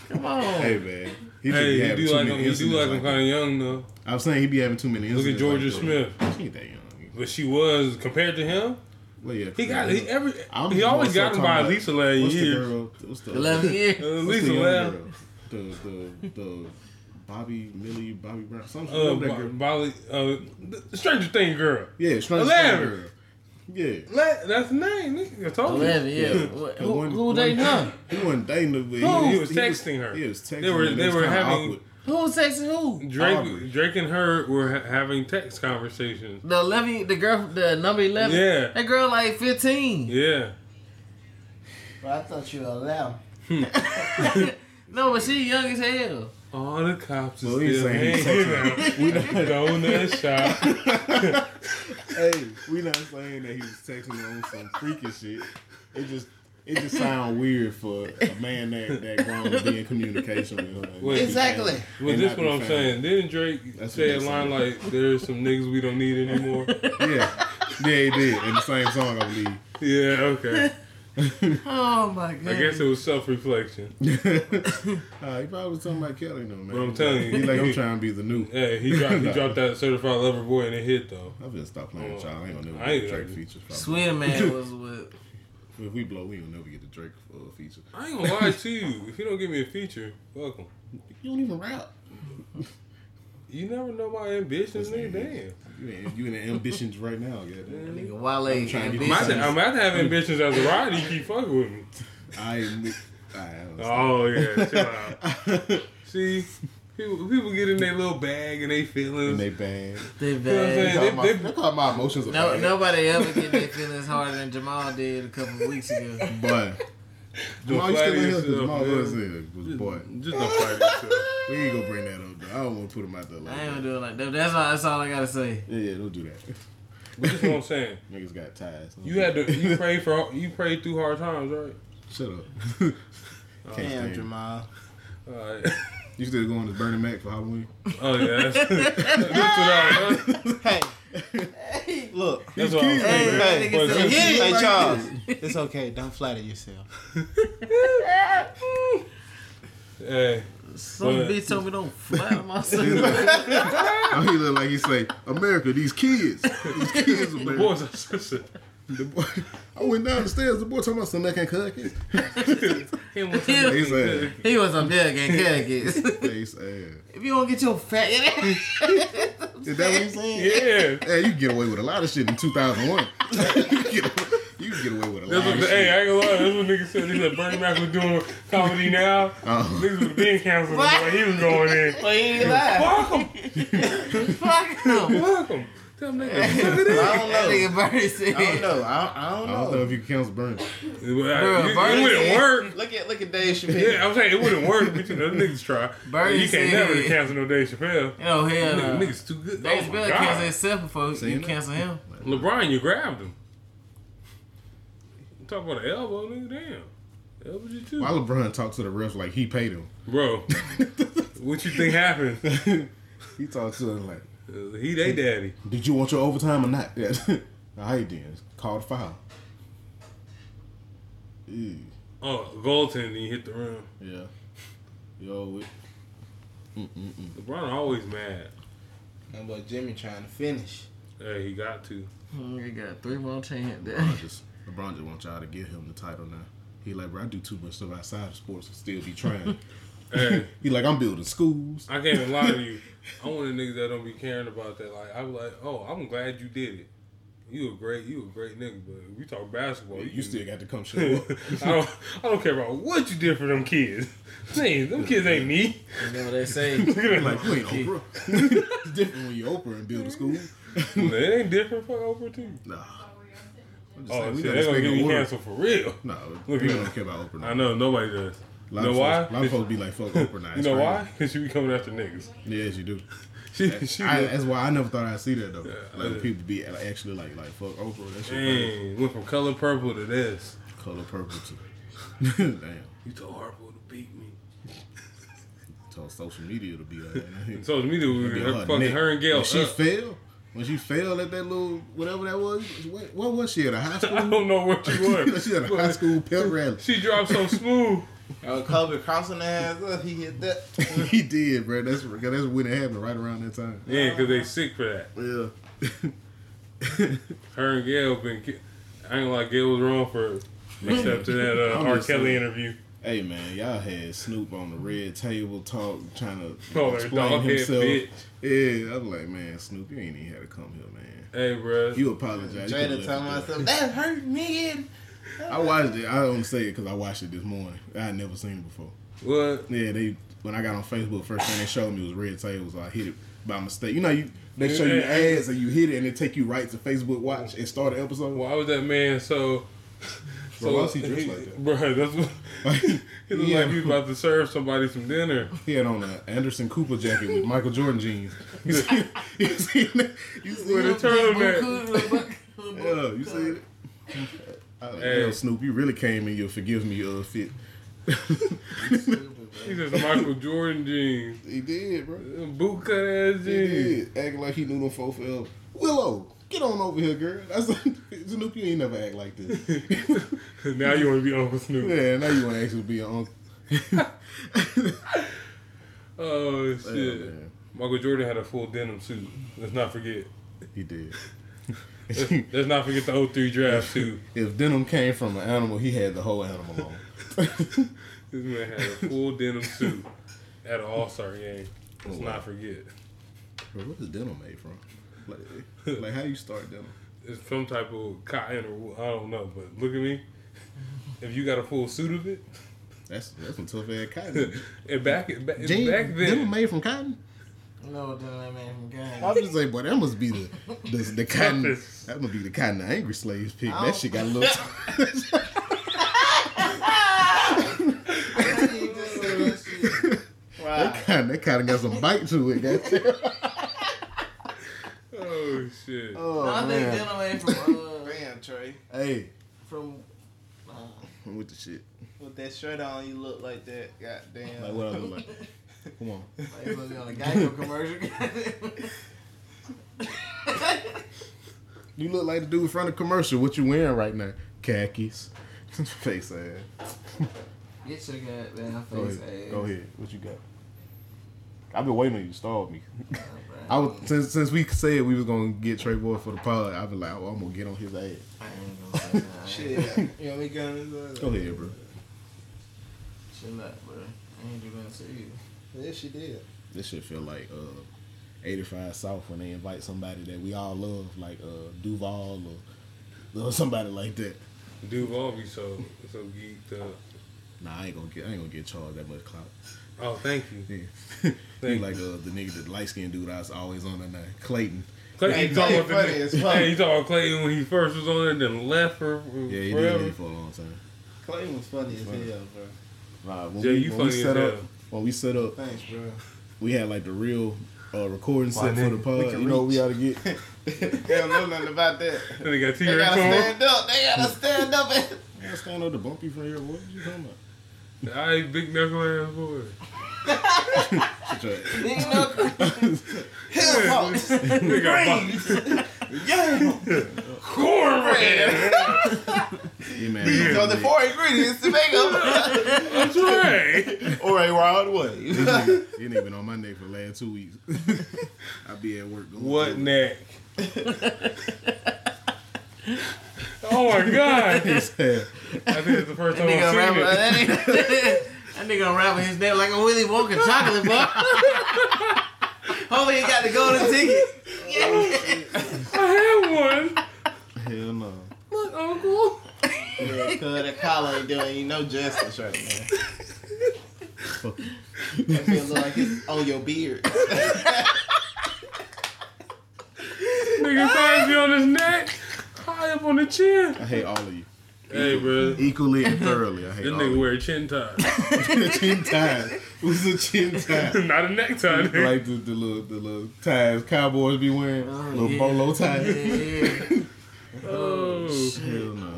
S3: Come on.
S4: Hey man, he just
S5: Hey,
S4: be
S5: you do
S4: having too
S5: like
S4: many
S5: him. You do
S4: incidents
S5: like him
S4: like
S5: kind
S4: that.
S5: of young though.
S4: I'm saying he be having too many.
S5: Look at
S4: incidents
S5: Georgia
S4: like that.
S5: Smith,
S4: She ain't that young.
S5: but she was compared to him.
S4: Well, yeah,
S5: He got he every
S4: I don't
S5: he
S4: know
S5: always
S4: what's
S5: got
S4: up
S5: him
S4: talking
S5: by at
S4: about-
S5: least a lad
S4: What's the
S5: years.
S4: girl? What's the
S3: Eleven
S5: At
S3: years.
S4: What's
S5: least
S4: the
S5: a
S4: young
S5: lad.
S4: girl? The the the Bobby Millie Bobby Brown. Something
S5: Uh,
S4: that
S5: Bo-
S4: girl.
S5: Bolly, uh, the Stranger Thing girl.
S4: Yeah, Stranger
S5: Eleven.
S4: Things girl. Yeah.
S5: That, that's the name. nigga. I told you.
S3: Eleven. Yeah. What-
S4: The
S3: Who,
S4: one-
S3: who
S4: one-
S3: they know?
S4: He wasn't dating her. but
S5: Who? He was texting her.
S4: He was texting
S5: They were-
S4: her.
S5: they
S4: It was
S5: were
S4: kinda
S5: having-
S4: awkward.
S3: Who was texting who?
S5: Drake,
S4: Aubrey.
S5: Drake and her were ha- having text conversations.
S3: The eleven. The girl. The number eleven.
S5: Yeah.
S3: That girl like fifteen.
S5: Yeah,
S1: Bro, I thought you were allowed.
S3: No, but she young as hell.
S5: all the cops
S4: Well,
S5: are
S4: he's
S5: still
S4: saying he's
S5: hanging out.
S4: We not,
S5: Going to
S4: *laughs*
S5: the shop.
S4: hey, we not saying that he was texting her on some freaky shit. It just it just sound weird for a man that that grown to be in communication with her.
S5: Wait.
S1: Exactly.
S5: Well,
S4: And
S5: this
S4: not
S5: what
S4: be
S5: I'm
S4: found.
S5: saying. Didn't Drake
S4: That's
S5: say a
S4: what they
S5: line
S4: said.
S5: like, "There's some niggas we don't need
S4: *laughs*
S5: anymore"?
S4: Yeah, yeah, he did in the same song, I believe.
S5: yeah. Okay.
S3: Oh my god.
S5: I guess it was
S4: *laughs*
S5: self-reflection.
S4: uh, he probably was talking about Kelly, though, man.
S5: But I'm telling you,
S4: he like I'm
S5: he-
S4: trying to be the
S5: *laughs*
S4: new.
S5: Hey, he dropped, he
S4: Nah.
S5: dropped that certified lover boy and it hit though.
S4: I'm gonna stop playing with y'all. I ain't gonna
S5: I
S4: never
S5: ain't
S4: get the Drake
S5: gonna-
S4: feature. probably.
S3: Sweet man was with.
S4: If we blow, we don't never get the Drake uh, feature.
S5: I ain't gonna lie to you. If you don't give me a feature, welcome.
S4: You don't even rap.
S5: You never know my ambitions, nigga. Damn.
S4: You in, you in the ambitions right now, goddamn.
S3: Nigga Wale and
S4: trying to get
S3: Biggie.
S5: My- I'm about to have ambitions as a rider. You keep fucking with me.
S4: I, admit- I
S5: *laughs*
S4: don't know.
S5: Oh yeah, chill out. *laughs* See, people, people get in their little bag and they feelings.
S4: And they bad.
S5: *laughs*
S3: They
S5: you know what I'm
S3: bad.
S5: saying? They,
S4: They,
S5: they,
S4: call my emotions a
S3: No,
S4: bad.
S3: nobody ever get their feelings harder than Jamal did a couple of weeks ago.
S4: But Jamal, you still in here? 'Cause Jamal was
S5: man.
S4: here. Was boy.
S5: just don't fight yourself.
S4: We ain't gonna bring that up. Though. I don't want to put him out there like
S3: I ain't gonna
S4: that.
S3: do it like that. That's all. That's all I gotta say.
S4: Yeah, yeah, don't do that. *laughs*
S5: But this is what I'm saying.
S4: Niggas got ties. Don't
S5: You
S4: do
S5: had
S4: that.
S5: to you *laughs* prayed for you prayed through hard times, right?
S4: *laughs*
S5: *laughs*
S4: Shut up. Can't
S1: Damn,
S4: stand you.
S1: Jamal.
S5: All right.
S4: You still going to Burning Mac for Halloween? *laughs*
S5: Oh yeah, that's, *laughs* that's what I was.
S1: Hey. Hey, look.
S5: That's what I was
S1: Hey,
S5: thinking.
S1: hey,
S5: But
S3: said,
S5: just-
S3: "Yeah."
S1: hey,
S3: like
S1: Charles. It's okay. Don't flatter yourself.
S5: hey,
S3: Some
S5: But-
S3: bitch told me don't flatter myself.
S4: Oh, he look like he say, America, these kids. These kids,
S5: *laughs* the
S4: America.
S5: boys are sister.
S4: The boy, I went down the stairs. The boy talking about some that can
S5: *laughs*
S4: cook it.
S5: Him with
S3: He-
S4: He said,
S3: he was some big and kids. *laughs* if
S4: face ass.
S3: you don't get your fat,
S4: Is that what you saying?
S5: Yeah.
S4: Hey, you can get away with a lot of shit in 2001. *laughs* you, can get, you can get away with a
S5: That's
S4: lot
S5: what,
S4: of
S5: hey,
S4: shit.
S5: I ain't gonna lie. That's what niggas said. They said Bernie Mac was doing comedy now.
S4: Oh.
S5: Niggas was being canceled when he was going in.
S3: but he ain't lying.
S5: Fuck him.
S3: *laughs* Fuck him.
S5: Fuck him. Tell them niggas.
S1: I don't know.
S3: That nigga Bernie said.
S1: I don't know. I, I don't
S4: I
S1: know.
S4: don't know if you can cancel Bernie.
S5: Well, you-
S3: Bernie
S5: it wouldn't
S3: said-
S5: work.
S1: Look at look at *laughs* Dave Chappelle.
S5: Yeah, I'm saying it wouldn't work, but you know, niggas try.
S3: Bernie
S5: you can't
S3: said-
S5: never cancel no Dave Chappelle.
S3: Oh hell
S5: Niggas,
S3: no.
S5: niggas too good.
S3: Dave
S5: oh my
S3: Chappelle cancel
S5: God.
S3: himself before you
S4: Seen it?
S3: cancel him.
S5: LeBron, you grabbed him. Talk about the elbow, nigga. Damn. Elbowed you too.
S4: Why LeBron talk to the refs like he paid him?
S5: Bro, what you think happened?
S4: *laughs*
S5: *laughs*
S4: He talked to him like,
S5: Uh, He they daddy.
S4: did you want your overtime or not? Yeah. *laughs* All right, then. Called foul. Ew.
S5: Oh, goaltending, he hit the rim.
S4: Yeah. Yo, we-
S5: LeBron always mad.
S1: How about Jimmy trying to finish?
S5: Hey, he got to.
S3: You got three more chance.
S4: LeBron just LeBron just wants y'all to give him the title now. He like, bro, I do too much stuff outside of sports and still be *laughs* trying.
S5: Hey,
S4: he like, I'm building schools.
S5: I can't even lie to you. I'm one of the niggas that don't be caring about that. Like I'm like, oh, I'm glad you did it. You a great, you a great nigga. But we talk basketball.
S4: you still got to come show up.
S5: *laughs* I don't, I don't care about what you did for them kids. *laughs* Man, them kids ain't me.
S3: You know what they *laughs*
S5: *laughs*
S4: *laughs*
S3: say?
S4: like, you ain't *laughs* Oprah. it's different when you Oprah and build a school.
S5: It ain't different for Oprah too.
S4: Nah. I'm just
S5: Oh,
S4: saying, we
S5: shit, they're gonna
S4: gotta spread
S5: get
S4: the
S5: me
S4: word.
S5: canceled for real.
S4: Nah,
S5: Look,
S4: we
S5: you-
S4: don't care about Oprah. Now.
S5: I know nobody does.
S4: A
S5: You
S4: lot
S5: know
S4: of
S5: why?
S4: Folks, a lot of folks be
S5: *laughs*
S4: like, fuck Oprah now.
S5: You
S4: It's
S5: know
S4: crazy.
S5: why? Cause she be coming after niggas. *laughs*
S4: Yes, you do.
S5: She, she
S4: I, that's why I never thought I'd see that though.
S5: Yeah,
S4: like
S5: I-
S4: people be like, actually like, like fuck Oprah. That shit crazy.
S5: Dang, went from color purple to this.
S4: color purple to *laughs* Damn.
S5: You told Harpo to beat me.
S4: Told social media to be like *laughs*
S5: And social media was
S4: Be
S5: her,
S4: her
S5: fucking
S4: neck.
S5: her and Gail.
S4: When she
S5: up.
S4: fell, when she fell at that little whatever that was, what, what was she at a
S5: *laughs*
S4: high
S5: I
S4: school?
S5: don't know what you were.
S4: *laughs* she at a high school pep rally.
S5: she dropped so smooth.
S1: Oh, Kobe crossing the ass up, he hit that.
S4: *laughs* he did, bro. That's that's when it happened, right around that time.
S5: Yeah, because they sick for that.
S4: Yeah.
S5: Her and Gail been. ki- I ain't like Gail was wrong for except to that uh,
S4: *laughs* I'm
S5: R.
S4: just
S5: Kelly
S4: saying.
S5: interview.
S4: Hey man, y'all had Snoop on the red table talk, trying to
S5: Oh, that
S4: explain
S5: dog head
S4: himself.
S5: bitch.
S4: Yeah, I'm like, man, Snoop, you ain't even had to come here, man.
S5: Hey, bro.
S4: You apologize. You
S1: Jada
S4: could've
S1: telling
S4: left it
S1: myself, that hurt me. and-"
S4: there. I watched it. I don't say it because I watched it this morning. I had never seen it before.
S5: what?
S4: Yeah, they when I got on Facebook, first thing they showed me was red tables. I hit it by mistake. You know, you they show you ads and you hit it and it take you right to Facebook Watch and start the episode.
S5: Why was that man so?
S4: Bro, why is he dressed like
S5: *laughs*
S4: that?
S5: Bro, that's
S4: *laughs*
S5: what. *laughs* He looked
S4: Yeah.
S5: like he was about to serve somebody some dinner.
S4: He had on an Anderson Cooper jacket with Michael Jordan jeans. *laughs* You see, you see, that? you see
S5: With a
S4: that?
S5: turtleneck.
S4: Yeah, you see it? I like,
S5: Hey.
S4: Damn, Snoop, you really came in your forgive me uh, fit.
S5: He just
S4: *laughs*
S5: Michael Jordan jeans,
S4: he did, bro.
S5: boot cut ass
S4: He
S5: jeans.
S4: did. Acting like he knew them folk forever. Willow, get on over here, girl. That's *laughs* Snoop, you ain't never act like *laughs* this.
S5: *laughs* now you want to be Uncle Snoop?
S4: yeah, now you want to actually be an uncle.
S5: Oh
S4: Yeah,
S5: shit!
S4: man.
S5: Michael Jordan had a full denim suit. Let's not forget.
S4: He did. *laughs*
S5: Let's, let's not forget the 03 draft suit.
S4: If denim came from an animal, he had the whole animal on.
S5: This man had a full denim suit at an All Star game. Let's
S4: Oh,
S5: not forget.
S4: Bro, what is denim made from? Like, like how you start denim?
S5: It's some type of cotton or wool, I don't know, but look at me. If you got a full suit of it, *laughs*
S4: That's that's some tough ass cotton.
S5: and back back,
S4: Jeans,
S5: back
S4: denim
S5: then,
S4: made from cotton.
S3: No, damn that man from
S4: I
S3: Ghana.
S4: was just like, boy, that must be the the, the cotton.
S5: Toughest.
S4: That must be the cotton the angry slaves pick.
S3: I don't-
S4: That shit got a
S3: *laughs*
S4: little.
S1: Wow.
S4: *laughs* that cotton that cotton got some bite to it.
S3: *laughs*
S4: goddamn.
S5: oh shit,
S3: I
S4: oh
S3: think
S4: man.
S3: denim ain't from uh,
S1: Damn, Trey.
S4: Hey,
S3: from
S4: I'm with the shit.
S1: With that shirt on, you look like that. Goddamn.
S4: Like what I look like.
S3: *laughs*
S4: Come on.
S3: like it was on a Geico commercial.
S4: You look like the dude from the commercial. What you wearing right now? Khakis. *laughs* Face ass.
S3: Get your goddamn
S4: Go
S3: face
S4: ahead.
S3: ass.
S4: Go ahead. What you got? I've been waiting on you to stall me. *laughs*
S3: Bruh.
S4: I was, since since we said we was gonna get Trey Boy for the pod, I've been like, oh, I'm gonna get on his ass.
S3: I ain't gonna say that. Shit.
S1: Shit. You know, we gonna.
S4: Go ahead, bro.
S3: Chill out, bro. I ain't do nothing to you.
S1: Yeah, she did.
S4: This shit feel like uh, 85 South when they invite somebody that we all love, like uh, Duval or, or somebody like that.
S5: Duval be so so geeked up.
S4: Nah, I ain't gonna get I ain't gonna get charged that much clout.
S5: Oh, thank you.
S4: Yeah. *laughs* He
S5: Thank
S4: like uh, the nigga, the light skinned dude I was always on that night, Clayton.
S5: Clayton,
S1: Hey,
S5: you talking
S1: Clay
S5: about the
S1: funny
S5: nigga-
S1: as fuck.
S5: Hey, you talking about Clayton when he first was on there, then left for
S4: Yeah, he did
S5: forever.
S4: it for a long time.
S1: Clay was funny as
S4: Funny.
S1: hell, bro.
S4: Nah, when
S5: Jay,
S4: we,
S5: you
S4: when we
S5: funny as
S4: set up,
S5: hell.
S4: when we set up,
S1: Thanks, bro.
S4: we had like the real uh, recording
S5: Why,
S4: set for the
S5: nigga?
S4: pod.
S1: We can
S4: You know,
S1: reach.
S4: we gotta get. *laughs*
S1: they don't know nothing about that.
S5: Then they got T
S1: They
S5: Rex
S1: gotta
S5: on.
S1: stand up. They gotta stand up. And...
S4: I stand up the bumpy from here. What you talking about? *laughs*
S5: I ain't big knuckle ass boy.
S4: Shut your ass.
S3: Big knuckle.
S1: Hell, fuck.
S5: Nigga,
S1: Cornbread.
S4: Yeah, man.
S1: These are the four ingredients to make them.
S5: that's right.
S1: All right, we're out of the way. *laughs*
S4: This nigga, this nigga been on my neck for the last two weeks. *laughs* I be at work going.
S5: What
S4: through it.
S5: neck? *laughs* *laughs* oh my god!
S4: *laughs* Yeah.
S5: I think it's the first
S3: That
S5: time
S3: nigga
S5: I've
S3: unravel
S5: seen it.
S3: that nigga, that nigga unravel his neck like a Willy Wonka chocolate bar. Hopefully he got the golden ticket.
S5: I had one.
S4: Hell no.
S5: Look, Uncle.
S1: Yeah, cause that collar ain't doing you no justice right now. That feel like it's on your beard.
S5: Nigga finds me on his neck, high up on the chin.
S4: I hate all of you.
S5: Hey, bro.
S4: Equally and thoroughly, I hate
S5: This
S4: all
S5: nigga
S4: of
S5: wear a chin tie,
S4: you. chin ties. It was a chin *laughs* tie.
S5: *laughs* not a necktie. nigga.
S4: like the, the little the little ties cowboys be wearing, little
S3: yeah.
S4: bolo ties. *laughs*
S3: Yeah.
S5: oh,
S4: Hell no.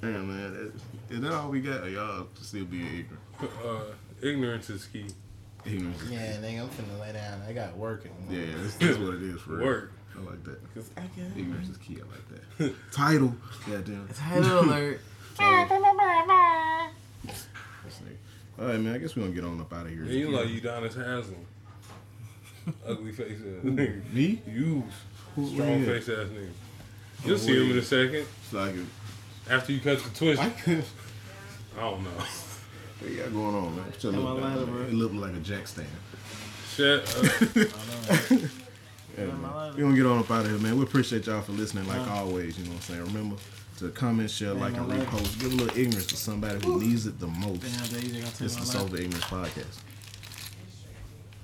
S4: Damn man, that, is that all we we got, or y'all still being ignorant.
S5: Uh, ignorance is key.
S4: Ignorance. is-
S1: Yeah, nigga, I'm finna lay down. I got work in the morning.
S4: Yeah, that's, that's what it
S5: *laughs*
S4: is for real.
S5: Work.
S4: I like that.
S1: Cause I got
S4: Ignorance is key. I like
S5: *laughs*
S4: that. Title. Goddamn.
S3: Title alert.
S4: This nigga. All right, man. I guess we gonna get on up out of here.
S5: Yeah, you like Udonis Haslam. Ugly face ass nigga.
S4: *laughs* me?
S5: You
S4: Who-
S5: strong
S4: yeah.
S5: face ass nigga. You'll see him in a second
S4: It's like it.
S5: after you cut the twist.
S4: I
S5: I
S4: could.
S5: don't know.
S4: What you got going on, man? What's your
S3: Am I
S4: look
S3: lying,
S4: like,
S3: bro?
S4: man? It looked like a jack stand.
S5: Shut up.
S4: Yeah,
S3: Am I
S4: man.
S3: lying?
S4: we gonna get on up out of here, man. We appreciate y'all for listening, like always. You know what I'm saying? Remember to comment, share, like,
S3: Uh-huh. I
S4: and
S3: lying?
S4: repost. Give a little ignorance to somebody who needs it the most.
S3: Damn, Deja got to
S4: It's the
S3: my
S4: Soul
S3: life.
S4: the Ignorance podcast.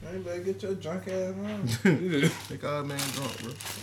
S5: Nigga,
S4: *laughs* They call that man drunk, bro.